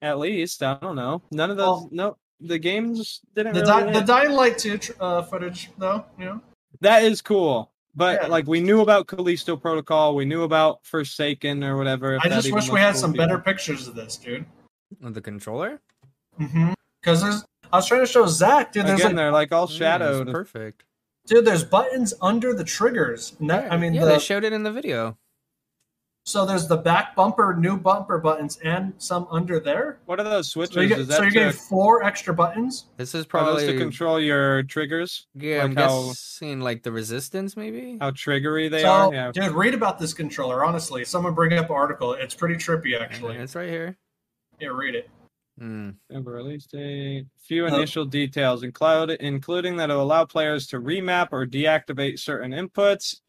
S5: At least I don't know. None of those.
S3: Well-
S5: no, the games didn't.
S3: The,
S5: really
S3: di- the
S5: hit.
S3: Dying Light 2 tr- uh, footage, though, you know?
S5: that is cool. But
S3: Yeah.
S5: like we knew about Callisto Protocol, we knew about Forsaken or whatever. if
S3: I
S5: that
S3: just
S5: even
S3: wish we
S5: looks
S3: had
S5: cool
S3: some
S5: to you.
S3: better pictures of this, dude.
S4: Oh, The controller?
S3: Because there's, I was trying to show Zach, dude. There's
S5: Again,
S3: like,
S5: they're like all
S4: Mm, it's
S5: shadowed.
S4: perfect.
S3: dude, there's buttons under the triggers. And that, I mean,
S4: yeah,
S3: the,
S4: they showed it in the video.
S3: so there's the back bumper, new bumper buttons, and some under there.
S5: what are those switches?
S3: So, you get,
S5: is
S3: so
S5: that
S3: you're getting
S5: to,
S3: four extra buttons.
S4: This is
S5: are those
S4: probably
S5: to control your triggers?
S4: yeah. I'm
S5: like how-
S4: guessing like the resistance, maybe.
S5: How triggery they
S3: so,
S5: are? Yeah.
S3: dude, read about this controller. Honestly, someone bring up an article. It's pretty trippy, actually.
S4: it's right here.
S3: Yeah, read it.
S4: Mm.
S5: November release date. Few
S3: Oh.
S5: initial details, include, including that it'll allow players to remap or deactivate certain inputs,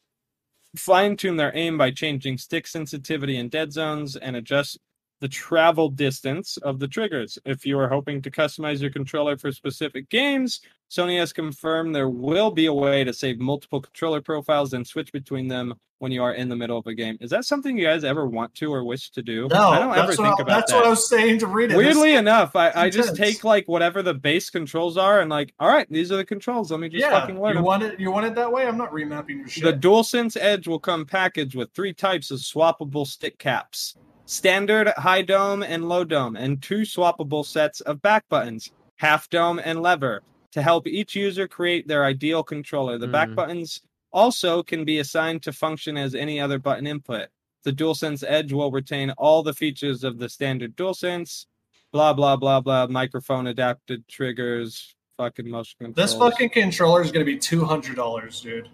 S5: fine tune their aim by changing stick sensitivity in dead zones, and adjust the travel distance of the triggers. If you are hoping to customize your controller for specific games, Sony has confirmed there will be a way to save multiple controller profiles and switch between them when you are in the middle of a game. Is that something you guys ever want to or wish to do?
S3: No,
S5: I don't ever
S3: that's, what,
S5: think
S3: I,
S5: about
S3: that's
S5: that.
S3: what I was saying to read it.
S5: Weirdly enough, I, I just
S3: intense.
S5: take like whatever the base controls are and like, all right, these are the controls. Let me just
S3: yeah,
S5: fucking learn.
S3: you
S5: them.
S3: want it. You want it that way? I'm not remapping your shit.
S5: The DualSense Edge will come packaged with three types of swappable stick caps standard, high dome, and low dome, and two swappable sets of back buttons, half dome and lever, to help each user create their ideal controller. The back
S4: Hmm.
S5: buttons also can be assigned to function as any other button input. The DualSense Edge will retain all the features of the standard DualSense, blah, blah, blah, blah, microphone adapted triggers, fucking motion controls.
S3: this fucking controller is gonna be two hundred dollars, dude.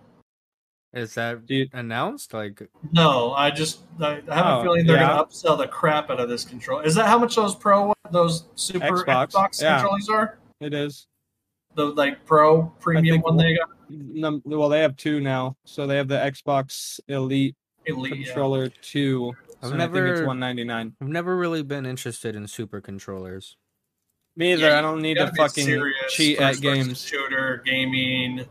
S4: Is that
S5: Do you-
S4: announced? Like,
S3: No, I just I, I have a
S5: Oh,
S3: feeling they're
S5: yeah.
S3: gonna upsell the crap out of this controller. Is that how much those pro those super
S5: Xbox,
S3: Xbox,
S5: yeah.
S3: controllers are?
S5: It is.
S3: The like pro premium
S5: think
S3: one they got
S5: num- well they have two now so they have the xbox elite
S3: elite. Yeah.
S5: controller 2
S4: I've
S5: so i think it's
S4: never-
S5: 199
S4: I've never really been interested in super controllers.
S5: me either
S3: Yeah,
S5: i don't need
S3: You
S5: to
S3: gotta be
S5: fucking
S3: serious,
S5: cheat at
S3: first-person
S5: games
S3: Shooter gaming.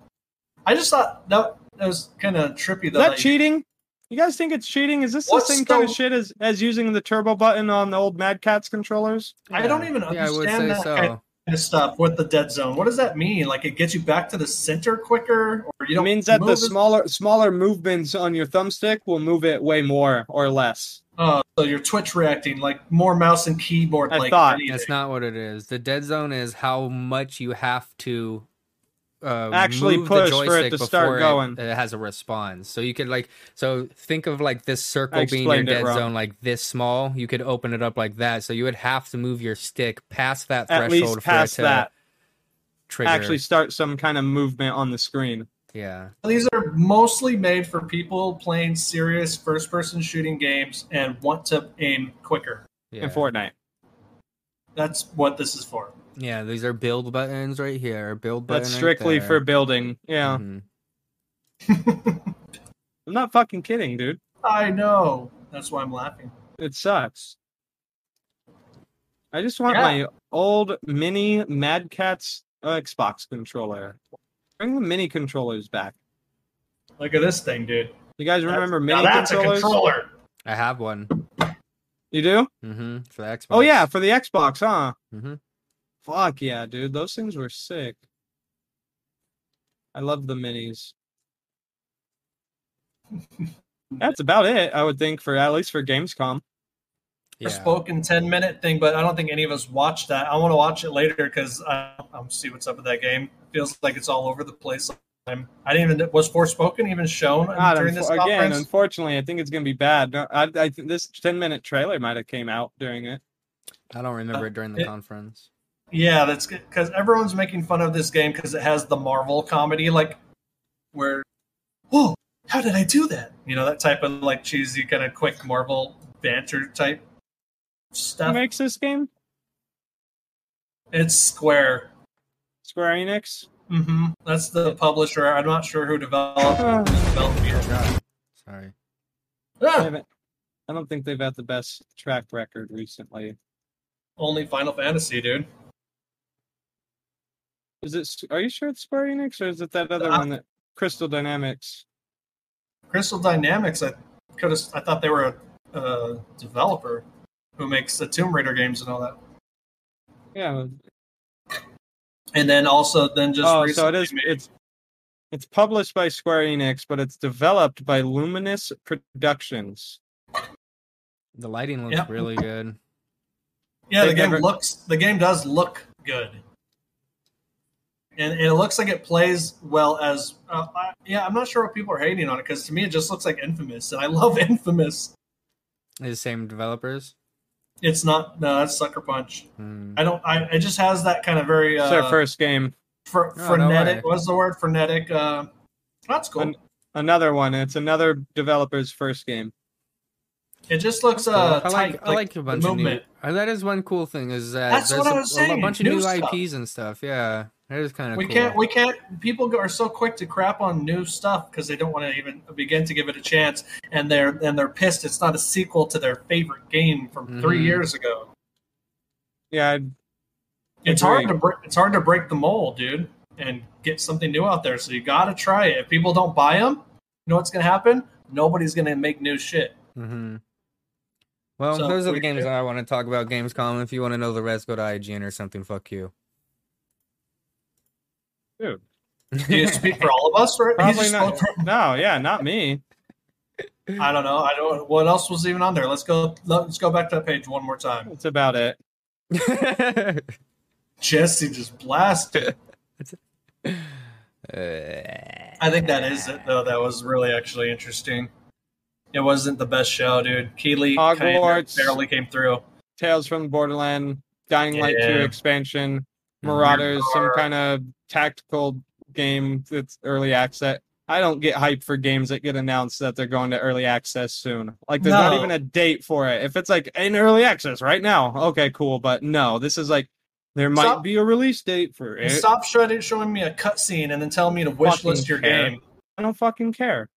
S3: I just thought that, that was kind of trippy.
S5: is
S3: Though,
S5: that
S3: like,
S5: cheating you guys think it's cheating is this the
S3: What's
S5: same kind of
S3: the-
S5: shit as, as using the turbo button on the old mad cats controllers
S3: I don't even
S4: Yeah, I would
S3: understand
S4: say
S3: that
S4: so.
S3: kind of kind of stuff with the dead zone. What does that mean? Like it gets you back to the center quicker, or you
S5: it
S3: don't
S5: means that
S3: move
S5: the
S3: as-
S5: smaller smaller movements on your thumbstick will move it way more or less
S3: Oh, so you're twitch reacting like more mouse and keyboard.
S5: I
S3: like
S5: thought.
S3: anything.
S4: That's not what it is. The dead zone is how much you have to uh,
S5: Actually
S4: move
S5: push
S4: the
S5: for it
S4: joystick
S5: to
S4: before
S5: start
S4: it-
S5: going.
S4: It, has a response. So you could like so think of like this circle
S5: I
S4: being your
S5: explained it
S4: dead
S5: wrong.
S4: zone like this small. You could open it up like that. So you would have to move your stick past that
S5: at
S4: threshold
S5: least past
S4: for it to
S5: that
S4: trigger.
S5: actually start some kind of movement on the screen
S4: yeah.
S3: These are mostly made for people playing serious first-person shooting games and want to aim quicker.
S4: Yeah.
S5: in fortnite
S3: That's what this is for.
S4: yeah, these are build buttons right here. Build button.
S5: that's
S4: right
S5: strictly
S4: there.
S5: for building yeah
S4: Mhm.
S5: I'm not fucking kidding, dude.
S3: I know. That's why I'm laughing.
S5: It sucks. I just want
S3: Yeah.
S5: my old mini Mad Catz Xbox controller. Bring the mini controllers back.
S3: Look at this thing, dude.
S5: You guys remember
S3: that's,
S5: mini
S3: now that's
S5: controllers?
S3: a controller.
S4: I have one.
S5: You do?
S4: Mm-hmm. For the Xbox.
S5: Oh yeah, for the Xbox, huh?
S4: Mhm.
S5: Fuck yeah, dude. Those things were sick. I love the minis. That's about it, I would think, for at least for Gamescom.
S4: Yeah.
S3: spoken 10 minute thing, but I don't think any of us watched that. I want to watch it later because I'm see what's up with that game. feels like it's all over the place. I'm, I didn't even was Forspoken even shown
S5: God,
S3: during
S5: unfo-
S3: this
S5: Ah, again,
S3: conference.
S5: unfortunately, I think it's gonna be bad. No, I, I think this ten minute trailer might have came out during it.
S4: I don't
S5: uh,
S4: remember it during the
S3: it-
S4: conference.
S3: yeah, that's because everyone's making fun of this game because it has the Marvel comedy like where, whoa, how did I do that? You know that type of like cheesy kind of quick Marvel banter type
S5: Who
S3: stuff.
S5: makes this game?
S3: It's Square.
S5: Square Enix.
S3: hmm That's the publisher. I'm not sure who developed.
S5: Uh,
S3: developed it.
S4: Sorry.
S5: they
S3: Ah!
S5: haven't- I don't think they've had the best track record recently.
S3: Only Final Fantasy, dude.
S5: Is it? Are you sure it's Square Enix or is it that other
S3: Uh,
S5: one that Crystal Dynamics?
S3: Crystal Dynamics, I could have. I thought they were a, a developer who makes the Tomb Raider games and all that.
S5: Yeah.
S3: And then also, then just
S5: Oh, so
S3: recently
S5: it is.
S3: made-
S5: It's it's published by Square Enix, but it's developed by Luminous Productions.
S4: The lighting looks
S3: Yep.
S4: really good.
S3: yeah. The
S5: they've
S3: game
S5: never-
S3: looks. The game does look good, and, and it looks like it plays well as. Uh, I, yeah, I'm not sure what people are hating on it because to me it just looks like Infamous, and I love Infamous.
S4: Is same developers.
S3: It's not. No, that's Sucker Punch.
S4: Hmm.
S3: I don't. I. It just has that kind of very. Uh,
S5: it's their first game.
S3: fr-
S4: Oh, No, no
S3: frenetic.
S4: way.
S3: what's the word? Frenetic. Uh, that's cool.
S5: An- another one. It's another developer's first game.
S3: It just looks uh
S4: I like,
S3: tight,
S4: I like a bunch of new.
S3: movement.
S4: uh, That is one cool thing is that
S3: That's
S4: there's
S3: what I
S4: a,
S3: was
S4: a
S3: saying,
S4: bunch of
S3: new
S4: new,
S3: stuff.
S4: IPs and stuff. Yeah, that is kind of.
S3: We
S4: cool.
S3: can't we can't people go- are so quick to crap on new stuff because they don't want to even begin to give it a chance and they're and they're pissed it's not a sequel to their favorite game from three
S4: Mhm.
S3: years ago.
S5: Yeah,
S3: It's
S5: Agree.
S3: hard to break it's hard to break the mold, dude, and get something new out there. So you gotta try it. If people don't buy them, you know what's gonna happen? Nobody's gonna make new shit.
S4: hmm Well,
S3: So,
S4: those are the
S3: we
S4: games
S3: should-
S4: that I want to talk about. Gamescom. If you want to know the rest, go to IGN or something. Fuck you.
S5: Dude.
S3: Do you speak for all of us, right? He
S5: probably
S3: just
S5: not.
S3: spoke for-
S5: No, yeah, not me.
S3: I don't know. I don't. What else was even on there? Let's go. Let's go back to that page one more time.
S5: That's about it.
S3: Jesse just blasted. I think that is it though. That was really actually interesting. It wasn't the best show, dude. Keely kinda
S5: Hogwarts.
S3: barely came through.
S5: Tales from the Borderland, Dying Light
S3: Yeah.
S5: 2 expansion,
S4: Mm-hmm.
S5: Marauders, some
S3: Mirror.
S5: kind of tactical game that's early access. I don't get hype for games that get announced that they're going to early access soon. Like there's not
S3: No.
S5: even a date for it. If it's like in early access right now, okay, cool. But no, this is like there might
S3: Stop.
S5: be a release date for it.
S3: Stop showing showing me a cutscene and then telling me to wish list your
S5: care.
S3: game.
S5: I don't fucking care.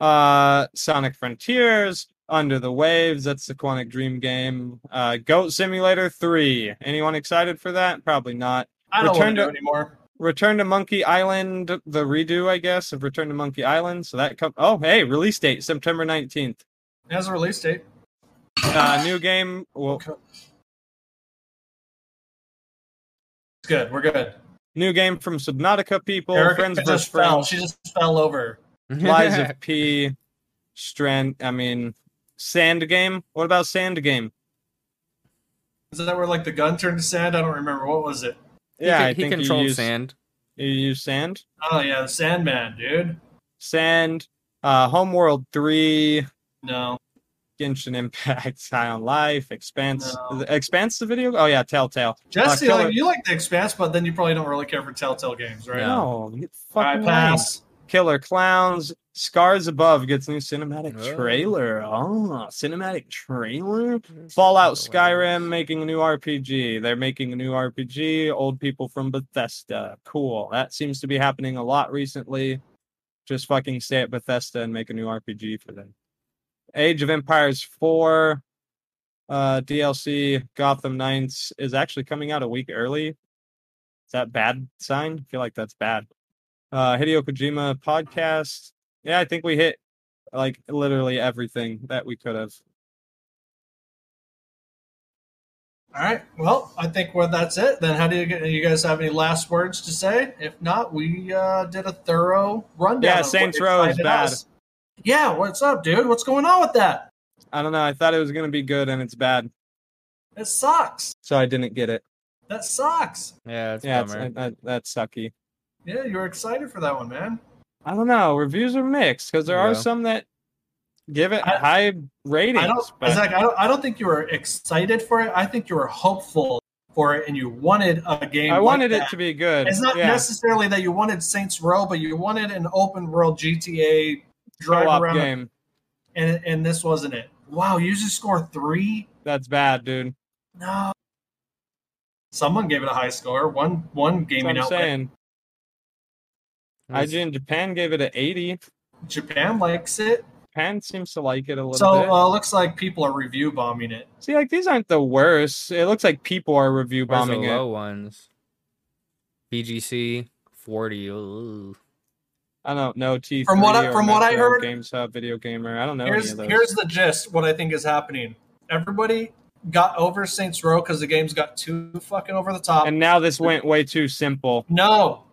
S5: Uh, Sonic Frontiers, Under the Waves, that's the Quantic Dream game. Uh, Goat Simulator 3. Anyone excited for that? Probably not.
S3: I don't
S5: Return
S3: want to do
S5: to-
S3: it anymore.
S5: Return to Monkey Island, the redo, I guess, of Return to Monkey Island. So that come. Oh, hey, release date September 19th.
S3: It has a release date.
S5: Uh, new game. Well,
S3: It's good. We're good.
S5: new game from Subnautica people. Friends
S3: Erica
S5: vs.
S3: just fell.
S5: Friends.
S3: She just fell over.
S4: Mm-hmm.
S5: Lies of P. Strand. I mean, Sand Game. What about Sand Game?
S3: Is that where like the gun turned to sand? I don't remember. What was it?
S4: He
S5: Yeah,
S4: con-
S5: I
S4: he
S5: think you
S4: controlled
S5: use,
S4: sand.
S5: You use Sand.
S3: Oh yeah, the Sandman, dude.
S5: Sand, uh, Homeworld 3,
S3: No,
S5: Genshin Impact, High on Life, Expanse.
S3: No.
S5: the- Expanse the video? Oh, yeah, Telltale.
S3: Jesse,
S5: Uh, Killer-
S3: like, you like The Expanse, but then you probably don't really care for Telltale games, right?
S4: No.
S5: No, you
S3: All right,
S5: fucking lying.
S3: pass.
S5: Killer Clowns, Scars Above gets new cinematic
S4: Oh.
S5: trailer. Oh, cinematic trailer? Fallout Skyrim making a new RPG. They're making a new RPG, Old People from Bethesda. Cool. That seems to be happening a lot recently. Just fucking stay at Bethesda and make a new RPG for them. Age of Empires 4 uh DLC Gotham Knights is actually coming out a week early. Is that bad sign? I feel like that's bad. Uh Hideo Kojima podcast. Yeah, I think we hit like literally everything that we could have.
S3: All right. Well, I think well, that's it. Then, how do you get? You guys have any last words to say? If not, we uh, did a thorough rundown.
S5: Yeah,
S3: of what
S5: Saints Row is
S3: excited
S5: bad.
S3: us. Yeah, what's up, dude? What's going on with that?
S5: I don't know. I thought it was gonna be good, and it's bad,
S3: It sucks.
S5: so I didn't get it.
S3: That sucks.
S4: Yeah, it's
S5: yeah, it's,
S4: bummer.
S5: I- I- that's sucky.
S3: Yeah, you were excited for that one, man.
S5: I don't know. Reviews are mixed because there
S4: Yeah.
S5: are some that give it
S3: I-
S5: high ratings.
S3: I don't,
S5: but
S3: Zach, I don't. I don't think you were excited for it. I think you were hopeful for it, and you wanted a game.
S5: I
S3: like
S5: wanted it
S3: that.
S5: to be good.
S3: It's not
S5: yeah.
S3: necessarily that you wanted Saints Row, but you wanted an open world GTA drive
S5: Co-op
S3: around,
S5: game.
S3: and and this wasn't it. Wow, user score three.
S5: That's bad, dude.
S3: No, someone gave it a high score. One one
S5: That's what
S3: gaming
S5: I'm
S3: outlet.
S5: saying.
S4: It's-
S5: IGN Japan gave it an 80.
S3: Japan likes it,
S5: Japan seems to like it a little
S3: so
S5: bit.
S3: uh, looks like people are review bombing it.
S5: See, like these aren't the worst. It looks like people are review
S4: Where's
S5: bombing
S4: the
S5: it.
S4: low ones? BGC forty. Ooh.
S5: I don't know. T
S3: From what I- from what I heard-
S5: Games Hub, Video Gamer. I don't know
S3: Here's
S5: any of those.
S3: here's the gist. What I think is happening. Everybody got over Saints Row because the games got too fucking over the top.
S5: and now this went way too simple.
S3: No,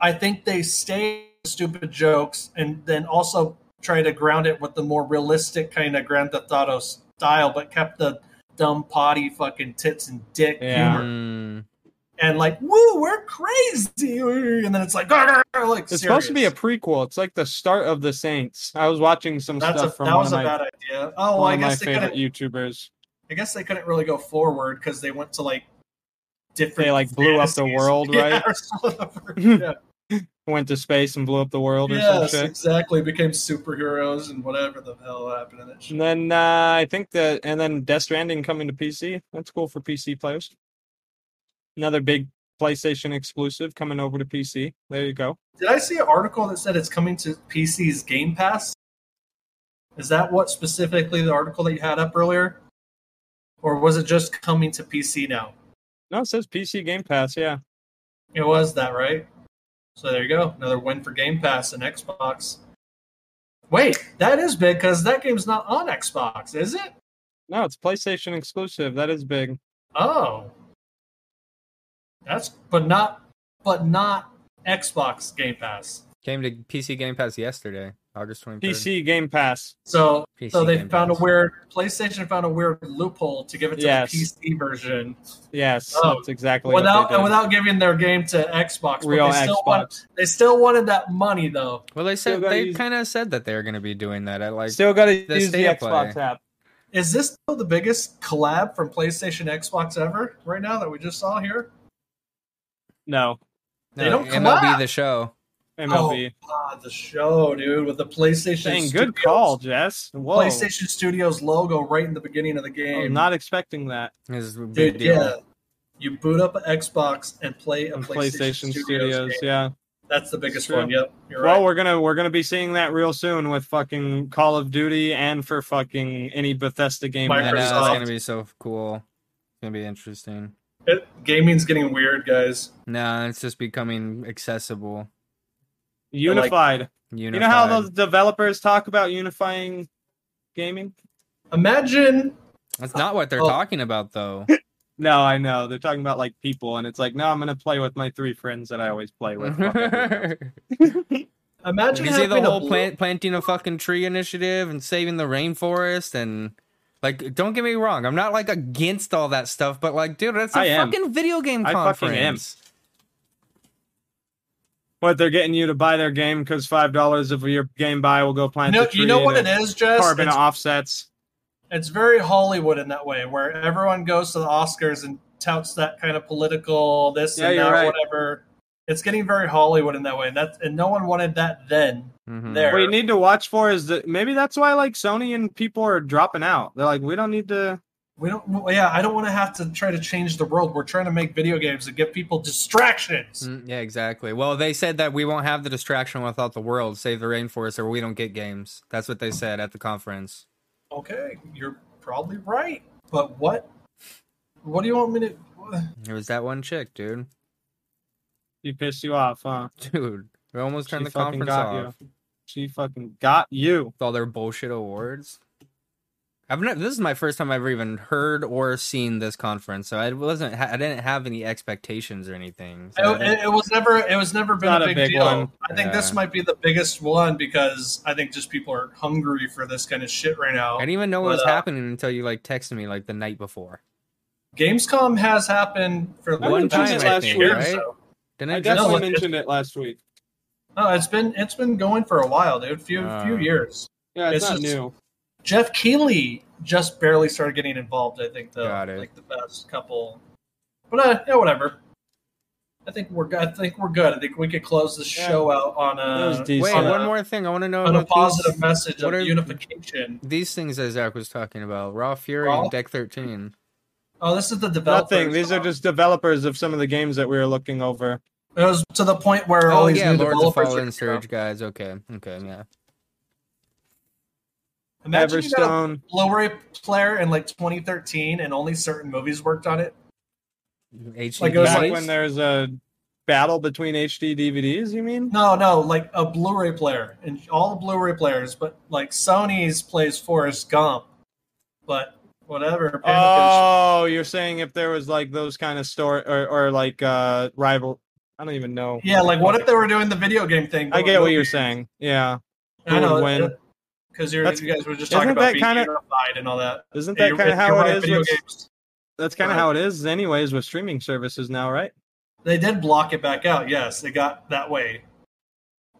S3: I think they stay with stupid jokes and then also try to ground it with the more realistic kind of Grand Theft Auto style, but kept the dumb potty fucking tits and dick
S5: Yeah.
S3: humor
S4: Mm.
S3: and like woo, we're crazy, and then it's like "Arr, arr," like
S5: It's supposed to be a
S3: serious.
S5: prequel. It's like the start of the Saints. I was watching some
S3: That's a,
S5: stuff from
S3: that
S5: one
S3: was
S5: of
S3: a
S5: my,
S3: bad idea. Oh, well,
S5: one
S3: I
S5: of my
S3: guess they
S5: favorite
S3: couldn't.
S5: YouTubers.
S3: I guess they couldn't really go forward because they went to like different.
S5: They like blew up the
S3: fantasies.
S5: world,
S3: Yeah,
S5: right?
S3: or something. Yeah.
S5: went to space and blew up the world or some
S3: yes,
S5: shit.
S3: exactly. Became superheroes and whatever the hell happened in that shit.
S5: And then uh, I think that, and then Death Stranding coming to PC. That's cool for PC players. Another big PlayStation exclusive coming over to PC. There you go.
S3: Did I see an article that said it's coming to PC's Game Pass? Is that what specifically the article that you had up earlier? Or was it just coming to PC now?
S5: No, it says PC Game Pass. Yeah,
S3: It was that, right? So there you go. Another win for Game Pass and Xbox. Wait, that is big because that game's not on Xbox, is it?
S5: no, it's PlayStation exclusive. That is big.
S3: Oh. That's but not but not Xbox Game Pass.
S4: Came to PC Game Pass yesterday, August 23rd.
S5: PC Game Pass.
S3: So
S4: PC
S3: so they
S4: Game
S3: found
S4: Pass.
S3: a weird PlayStation found a weird loophole to give it to
S5: Yes.
S3: the PC version
S5: Yes,
S3: Oh,
S5: that's exactly what
S3: without
S5: they did.
S3: without giving their game to Xbox.
S5: real
S3: but they still
S5: Xbox.
S3: want, they still wanted that money though.
S4: Well, they
S5: Still
S4: said
S5: gotta
S4: they
S5: use-
S4: kind of said that they were going to be doing that at like
S5: Still got to use the
S4: State of
S5: Xbox
S4: Play.
S5: app.
S3: Is this still the biggest collab from PlayStation Xbox ever right now that we just saw here?
S5: No,
S3: They
S4: no,
S3: don't
S4: MLB
S3: collab.
S4: the show.
S5: MLB.
S3: Oh, God, the show, dude, with the PlayStation.
S5: Dang,
S3: Studios-
S5: good call, Jess. Whoa,
S3: PlayStation Studios logo right in the beginning of the
S5: I was
S3: game.
S5: not expecting that.
S4: It was a big
S3: dude,
S4: deal.
S3: yeah. You boot up an Xbox and play a
S5: On
S3: PlayStation,
S5: PlayStation
S3: Studios.
S5: Studios,
S3: game.
S5: yeah.
S3: That's the biggest
S5: Sure.
S3: one. Yep. You're
S5: Well,
S3: right.
S5: we're gonna we're gonna be seeing that real soon with fucking Call of Duty and for fucking any Bethesda game.
S4: I know,
S5: that
S4: it's
S5: is
S3: Microsoft.
S5: like-
S4: going to be so cool. It's going to be interesting.
S3: It, gaming's getting weird, guys.
S4: No, it's just becoming accessible.
S5: Unified.
S4: Unified.
S5: you know how those developers talk about unifying gaming?
S3: Imagine
S4: That's not what they're
S3: Oh.
S4: talking about, though.
S5: No, I know they're talking about like people, and it's like, no, I'm gonna play with my three friends that I always play with. Fuck everyone else.
S4: you
S3: imagine
S4: see
S3: having
S4: the
S3: a
S4: whole
S3: blue-
S4: plant, planting a fucking tree initiative and saving the rainforest and like don't get me wrong i'm not like against all that stuff but like dude that's a
S5: I am.
S4: fucking video game
S5: I
S4: conference
S5: fucking am. What they're getting you to buy their game because five dollars of your game buy will go
S3: You
S5: plant
S3: know,
S5: the tree.
S3: you know what it
S5: and
S3: is, Jess?
S5: Carbon
S3: It's-
S5: offsets.
S3: it's very Hollywood in that way, where everyone goes to the Oscars and touts that kind of political this
S5: Yeah,
S3: and
S5: you're
S3: that,
S5: right.
S3: whatever. It's getting very Hollywood in that way, and that and no one wanted that then.
S4: Mhm.
S3: There.
S5: What you need to watch for is that maybe that's why like Sony and people are dropping out. They're like, we don't need to.
S3: We don't. well, Yeah, I don't want to have to try to change the world. We're trying to make video games and give people distractions.
S4: Mm, yeah exactly well they said that we won't have the distraction without the world save the rainforest or we don't get games that's what they said at the conference
S3: Okay, you're probably right, but what? What do you want me to?
S4: it was that one chick dude
S5: You pissed you off, huh?
S4: dude we almost turned
S5: She
S4: the
S5: fucking
S4: conference
S5: got
S4: off
S5: you. She fucking got you.
S4: with all their bullshit awards. I've never, this is my first time I've ever even heard or seen this conference, so I wasn't ha- I didn't have any expectations or anything. So I
S3: Oh, It,
S4: didn't-
S3: it was never. It was never been
S5: not
S3: a
S5: a
S3: big,
S5: big
S3: deal.
S5: one.
S3: I think this
S4: Yeah.
S3: might be the biggest one because I think just people are hungry for this kind of shit right now.
S4: I didn't even know what was
S3: But, uh,
S4: happening until you like texted me like the night before.
S3: Gamescom has happened for the
S4: One
S3: past
S4: time,
S3: like
S4: I
S3: a
S4: think,
S3: year or
S4: right?
S3: so.
S4: Didn't
S5: I
S4: I just?
S5: definitely
S3: No, it-
S5: mentioned it last week.
S3: No, it's been it's been going for a while, dude. Few
S4: Uh.
S3: few years.
S5: Yeah, it's,
S3: It's
S5: not
S3: just-
S5: new.
S3: Jeff Keighley just barely started getting involved. I think though,
S4: Got it.
S3: like the past couple. But uh, yeah, whatever. I think we're go- I think we're good. I think we could close this
S5: Yeah.
S3: show out on a
S5: That was decent.
S4: Wait,
S3: on a-
S4: one more thing. I want to know
S3: on a
S4: about
S3: positive
S4: these,
S3: message of
S4: what are-
S3: unification.
S4: these things that Zach was talking about: Raw Fury
S3: Raw?
S4: and Deck Thirteen.
S3: Oh, this is the developers.
S5: Nothing. These are just developers of some of the games that we were looking over.
S3: It was to the point where all
S4: Oh
S3: these
S4: yeah,
S3: new
S4: Lords of
S3: developers
S4: Fallen
S3: are-
S4: Surge guys. Okay, okay, yeah.
S3: Imagine you got a
S5: Everstone.
S3: Blu-ray player in like 2013, and only certain movies worked on it.
S4: HD
S3: Like, it was
S5: Back
S3: like-
S5: when there's a battle between HD DVDs, you mean?
S3: No, no, like a Blu-ray player and all Blu-ray players, but like Sony's plays Forrest Gump, but whatever. Panda
S5: Oh, you're saying if there was like those kind of story or, or like uh rival I don't even know.
S3: gives- yeah, like what if they were doing the video game thing?
S5: I get what you're saying. Yeah.
S3: I know
S5: Who would win?
S3: because you
S5: That's-
S3: guys were just
S5: isn't
S3: talking
S5: that
S3: about being
S5: kinda-
S3: unified and all that.
S5: Isn't that
S3: You're-
S5: kind of
S3: you're
S5: how
S3: right,
S5: it is?
S3: video
S5: with-
S3: games.
S5: that's kind of how it is anyways with streaming services now, right?
S3: They did block it back out. Yes, they got that way,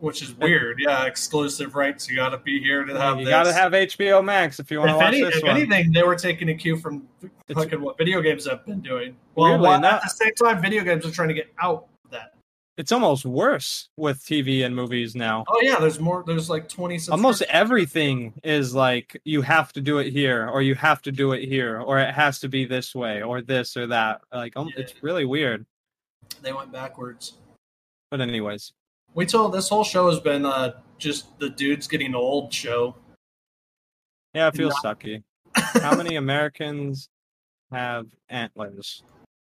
S3: which is weird. Yeah, exclusive rights. You got to be here to have.
S5: you
S3: this.
S5: got to have HBO Max if you want to
S3: If,
S5: watch
S3: any,
S5: this
S3: if
S5: one.
S3: anything, they were taking a cue from
S5: It's-
S3: fucking what video games have been doing. Well,
S5: Weirdly
S3: while-
S5: not-
S3: at the same time, video games are trying to get out of that.
S5: it's almost worse with TV and movies now.
S3: Oh yeah, there's more. There's like twenty.
S5: Almost everything is like you have to do it here, or you have to do it here, or it has to be this way, or this or that. Like um,
S3: Yeah.
S5: it's really weird.
S3: They went backwards.
S5: But anyways,
S3: Wait till this whole show has been uh, just the dudes getting old show.
S5: yeah, it feels sucky. How many Americans have antlers?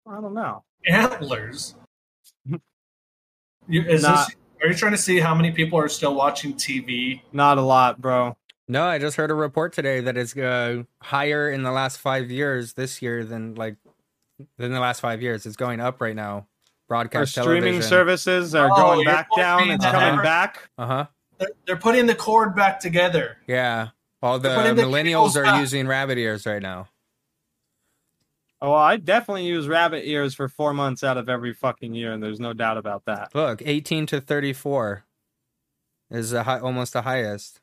S5: I don't know.
S3: Antlers. you, is
S5: Not-
S3: this, are you trying to see how many people are still watching TV?
S5: Not a lot, bro.
S4: No, I just heard a report today that it's uh, higher in the last five years this year than like than the last five years. It's going up right now.
S5: Our
S4: Broadcast
S5: streaming
S4: television.
S5: services are
S3: Oh,
S5: going
S3: you're
S5: back
S3: putting
S5: down.
S3: me
S5: It's
S4: in the
S5: coming
S3: hammer.
S5: back.
S4: Uh huh.
S3: They're, they're putting the cord back together.
S4: Yeah. All the
S3: Put in the
S4: millennials
S3: cables
S4: are
S3: back.
S4: using rabbit ears right now.
S5: Oh, well, I definitely use rabbit ears for four months out of every fucking year, and there's no doubt about that.
S4: Look, 18 to 34 is the high, almost the highest.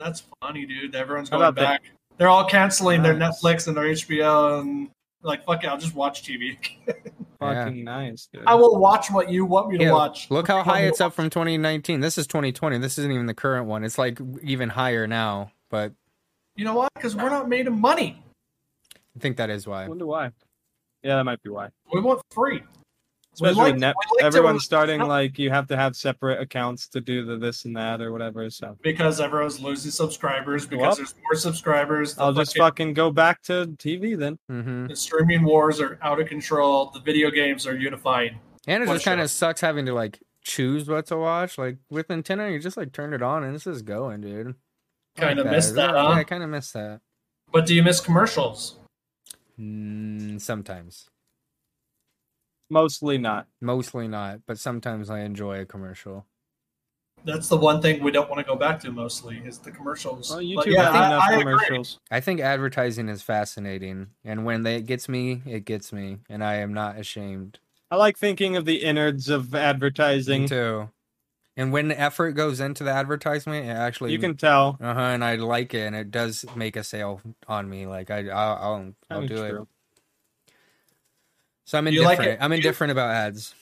S3: That's funny, dude. Everyone's
S5: How
S3: going
S5: about
S3: back.
S5: that?
S3: They're all canceling their
S5: Nice.
S3: Netflix and their HBO and like, fuck it, I'll just watch TV.
S4: Yeah.
S5: Fucking nice, dude.
S3: I will watch what you want me to
S4: Yeah,
S3: watch.
S4: Look how
S3: What you
S4: high
S3: want me
S4: it's
S3: to
S4: up from 2019. This is 2020. This isn't even the current one. It's like even higher now, but
S3: watch. You know why? Because we're not made of money.
S4: I think that is why.
S5: wonder why. Yeah, that might be why.
S3: We want free. We
S5: Especially
S3: like-
S5: with net,
S3: we like to-
S5: everyone's starting like you have to have separate accounts to do the this and that or whatever. So
S3: because everyone's losing subscribers because
S5: Well,
S3: there's more subscribers. The
S5: I'll just
S3: fucking-
S5: fucking go back to TV then.
S4: hmm
S3: the streaming wars are out of control. The video games are unifying.
S4: And it
S3: One
S4: just kind
S3: shot.
S4: of sucks having to like choose what to watch. Like with Nintendo, you just like turn it on and it's just going, dude. I
S3: Kind of missed that,
S4: Yeah,
S3: huh?
S4: I kind of miss that.
S3: But do you miss commercials?
S4: Mm, sometimes.
S5: Mostly not.
S4: Mostly not, but sometimes I enjoy a commercial.
S3: That's the one thing we don't want to go back to mostly is the commercials.
S5: Well,
S3: But
S5: YouTube
S3: yeah,
S5: has enough
S3: I, I agree.
S5: commercials.
S4: I think advertising is fascinating, and when they, it gets me, it gets me, and I am not ashamed.
S5: I like thinking of the innards of
S4: Me
S5: advertising.
S4: too. And when effort goes into the advertisement, it actually
S5: You can tell.
S4: uh huh, and I like it, and it does make a sale on me. Like I, I'll, I'll, I'll
S5: Kinda
S4: do it.
S5: true.
S4: So I'm
S3: Do you like
S4: indifferent.
S3: it?
S4: I'm
S3: Do you-
S4: indifferent about ads.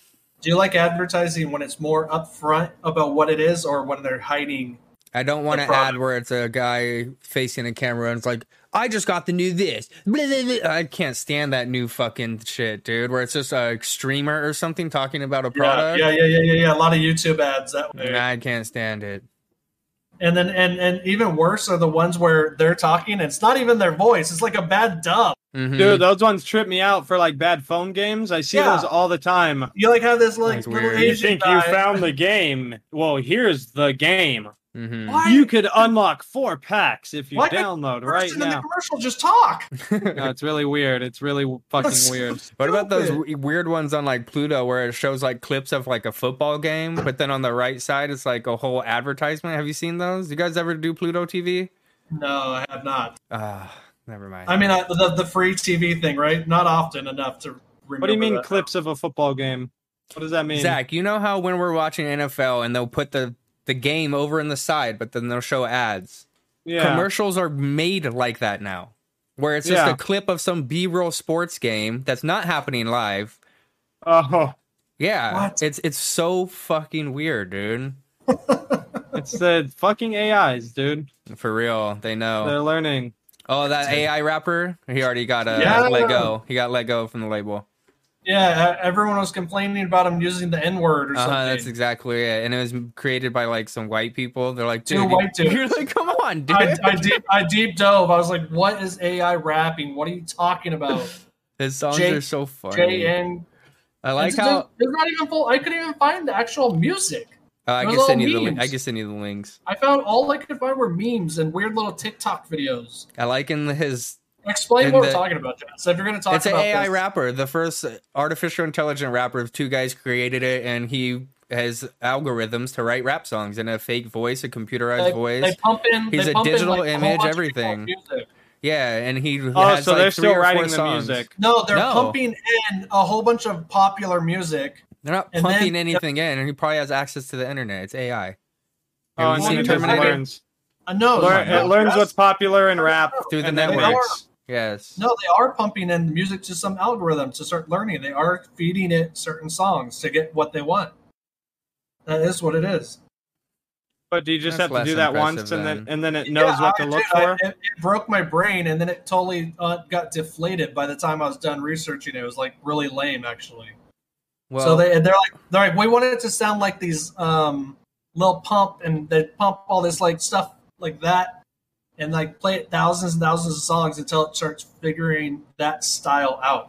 S3: Do you like advertising when it's more upfront about what it is or when they're hiding?
S4: I don't want
S3: The
S4: an ad
S3: product.
S4: where it's a guy facing a camera and it's like, I just got the new this. Blah, blah, blah." I can't stand that new fucking shit, dude. Where it's just a streamer or something talking about a product.
S3: Yeah, yeah, yeah, yeah, yeah, yeah. A lot of YouTube ads that way.
S4: Nah, I can't stand it.
S3: And then and and even worse are the ones where they're talking and it's not even their voice. It's like a bad dub.
S4: Mhm.
S5: Dude, those ones trip me out for like bad phone games. I see
S3: Yeah.
S5: those all the time.
S3: You like have this like
S4: That's
S3: little
S4: weird.
S5: You
S3: Asian
S5: think
S3: guy.
S5: you found the game? Well, here's the game.
S4: Mhm.
S3: Why
S5: You could unlock four packs if you
S3: Why couldn't
S5: download
S3: the
S5: right
S3: person in the
S5: now.
S3: commercial just talk?
S5: No, it's really weird. It's really w- fucking
S3: That's-
S5: weird.
S4: What about those
S3: Stupid.
S4: w- weird ones on like Pluto where it shows like clips of like a football game, but then on the right side it's like a whole advertisement? Have you seen those? You guys ever do Pluto TV?
S3: No, I have not.
S4: Ah, never mind.
S3: I mean, I, the, the free TV thing, right? Not often enough to remember.
S5: What do you mean
S3: that.
S5: clips of a football game? What does that mean?
S4: Zach, you know how when we're watching NFL and they'll put the the game over in the side, but then they'll show ads.
S5: yeah.
S4: Commercials are made like that now, where it's just
S5: Yeah.
S4: a clip of some B-roll sports game that's not happening live.
S5: oh,
S4: Yeah,
S3: What?
S4: it's it's so fucking weird, dude.
S5: it's the fucking AIs, dude.
S4: For real, they know.
S5: They're learning.
S4: Oh, that AI rapper? He already got uh,
S3: Yeah.
S4: let go. He got let go from the label.
S3: Yeah, e- everyone was complaining about him using the N word or
S4: Uh-huh, that's
S3: something.
S4: exactly it. And it was created by like some white people. They're like,
S3: Two
S4: dude,
S3: white
S4: you-
S3: dudes.
S4: you're like, come on, dude.
S3: I, I deep I deep dove. I was like, "What is AI rapping? What are you talking about?"
S4: His songs
S3: J-
S4: are so funny.
S3: J N.
S4: I like
S3: it's,
S4: how
S3: it's not even full. I couldn't even find the actual music.
S4: uh, I
S3: they're
S4: can
S3: little
S4: send you the link.
S3: memes.
S4: I can send you the links.
S3: I found all I could find were memes and weird little TikTok videos.
S4: I like in his.
S3: Explain
S4: And
S3: what
S4: the-
S3: we're talking about, John. So if you're going to talk
S4: It's an
S3: about
S4: AI
S3: this,
S4: rapper, the first artificial intelligent rapper. Two guys created it, and he has algorithms to write rap songs in a fake voice, a computerized
S3: they,
S4: voice.
S3: they pump in.
S4: He's
S3: they
S4: a
S3: pump in,
S4: digital
S3: like, a whole
S4: image,
S3: bunch of
S4: everything.
S3: people's music.
S4: yeah, and he.
S5: Oh,
S4: has
S5: so
S4: like
S5: they're
S4: three
S5: still
S4: or four
S5: writing the
S4: songs.
S5: music.
S3: No, they're
S4: No.
S3: pumping in a whole bunch of popular music.
S4: They're not
S3: And
S4: pumping
S3: then-
S4: anything in, and he probably has access to the internet. It's AI. Have
S5: Oh,
S4: you
S5: and then
S4: seen
S5: it just
S4: Terminator?
S5: learns.
S3: Uh, no,
S5: Learn-
S3: no,
S5: it learns
S3: that's-
S5: what's popular in rap
S4: Through the
S5: and then
S4: networks.
S5: works.
S4: Yes.
S3: No, they are pumping in music to some algorithm to start learning. They are feeding it certain songs to get what they want. That is what it is.
S5: But do you just
S4: That's
S5: have to do
S4: less
S5: that
S4: impressive
S5: once and then
S4: then.
S5: and then it knows
S3: Yeah,
S5: what
S3: I-
S5: to look
S3: dude, I-
S5: for?
S3: it, it broke my brain, and then it totally uh, got deflated by the time I was done researching. It It was like really lame, actually.
S4: Well,
S3: so they they're like they're like we want it to sound like these um little pump, and they pump all this like stuff like that, and like play it thousands and thousands of songs until it starts figuring that style out.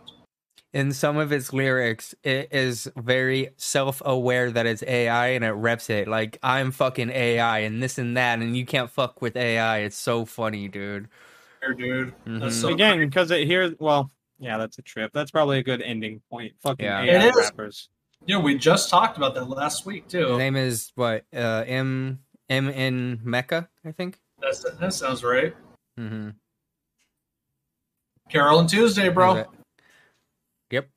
S4: in some of its lyrics, it is very self-aware that it's AI and it reps it like I'm fucking AI and this and that, and you can't fuck with AI. It's so funny, dude.
S3: Here, dude. That's
S4: Mhm.
S3: so
S5: Again, because it hears well, yeah, that's a trip. That's probably a good ending point. Fucking
S4: Yeah.
S5: AI
S3: It is.
S5: rappers.
S3: Yeah, we just talked about that last week
S4: His
S3: too.
S4: name is what uh, M M N Mecca, I think.
S3: That's, that sounds right.
S4: Mm-hmm.
S3: Carol and Tuesday, bro.
S4: Yep.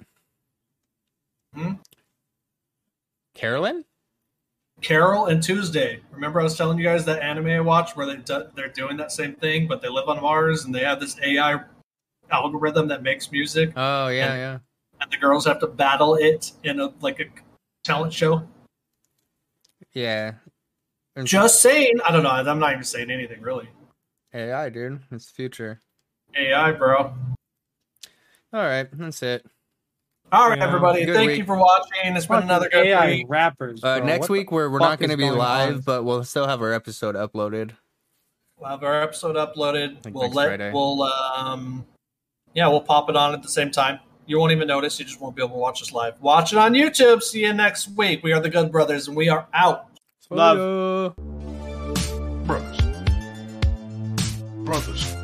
S3: Hmm?
S4: Carolyn.
S3: Carol and Tuesday. Remember, I was telling you guys that anime I watched where they do, they're doing that same thing, but they live on Mars and they have this AI algorithm that makes music,
S4: Oh yeah,
S3: And-
S4: yeah.
S3: and the girls have to battle it in a like a talent show.
S4: Yeah. It's
S3: Just saying, I don't know. I'm not even saying anything really.
S4: AI, dude. It's the future.
S3: AI, bro.
S4: All right, that's it.
S3: All right,
S5: Yeah.
S3: everybody.
S4: Good
S3: Thank
S4: week.
S3: you for watching. It's been
S5: Fucking
S3: another good
S5: AI
S3: week.
S5: rappers.
S4: Uh,
S5: bro.
S4: next
S5: What the
S4: week we're we're
S5: fuck
S4: not going to
S5: is
S4: be
S5: going
S4: live,
S5: on?
S4: but we'll still have our episode uploaded.
S3: We'll have our episode uploaded.
S4: Like
S3: We'll
S4: next
S3: let
S4: Friday.
S3: we'll um yeah, we'll pop it on at the same time. You won't even notice, you just won't be able to watch us live. Watch it on YouTube. See you next week. We are the Good Brothers and we are out.
S5: Love.
S4: Later.
S2: Brothers. Brothers.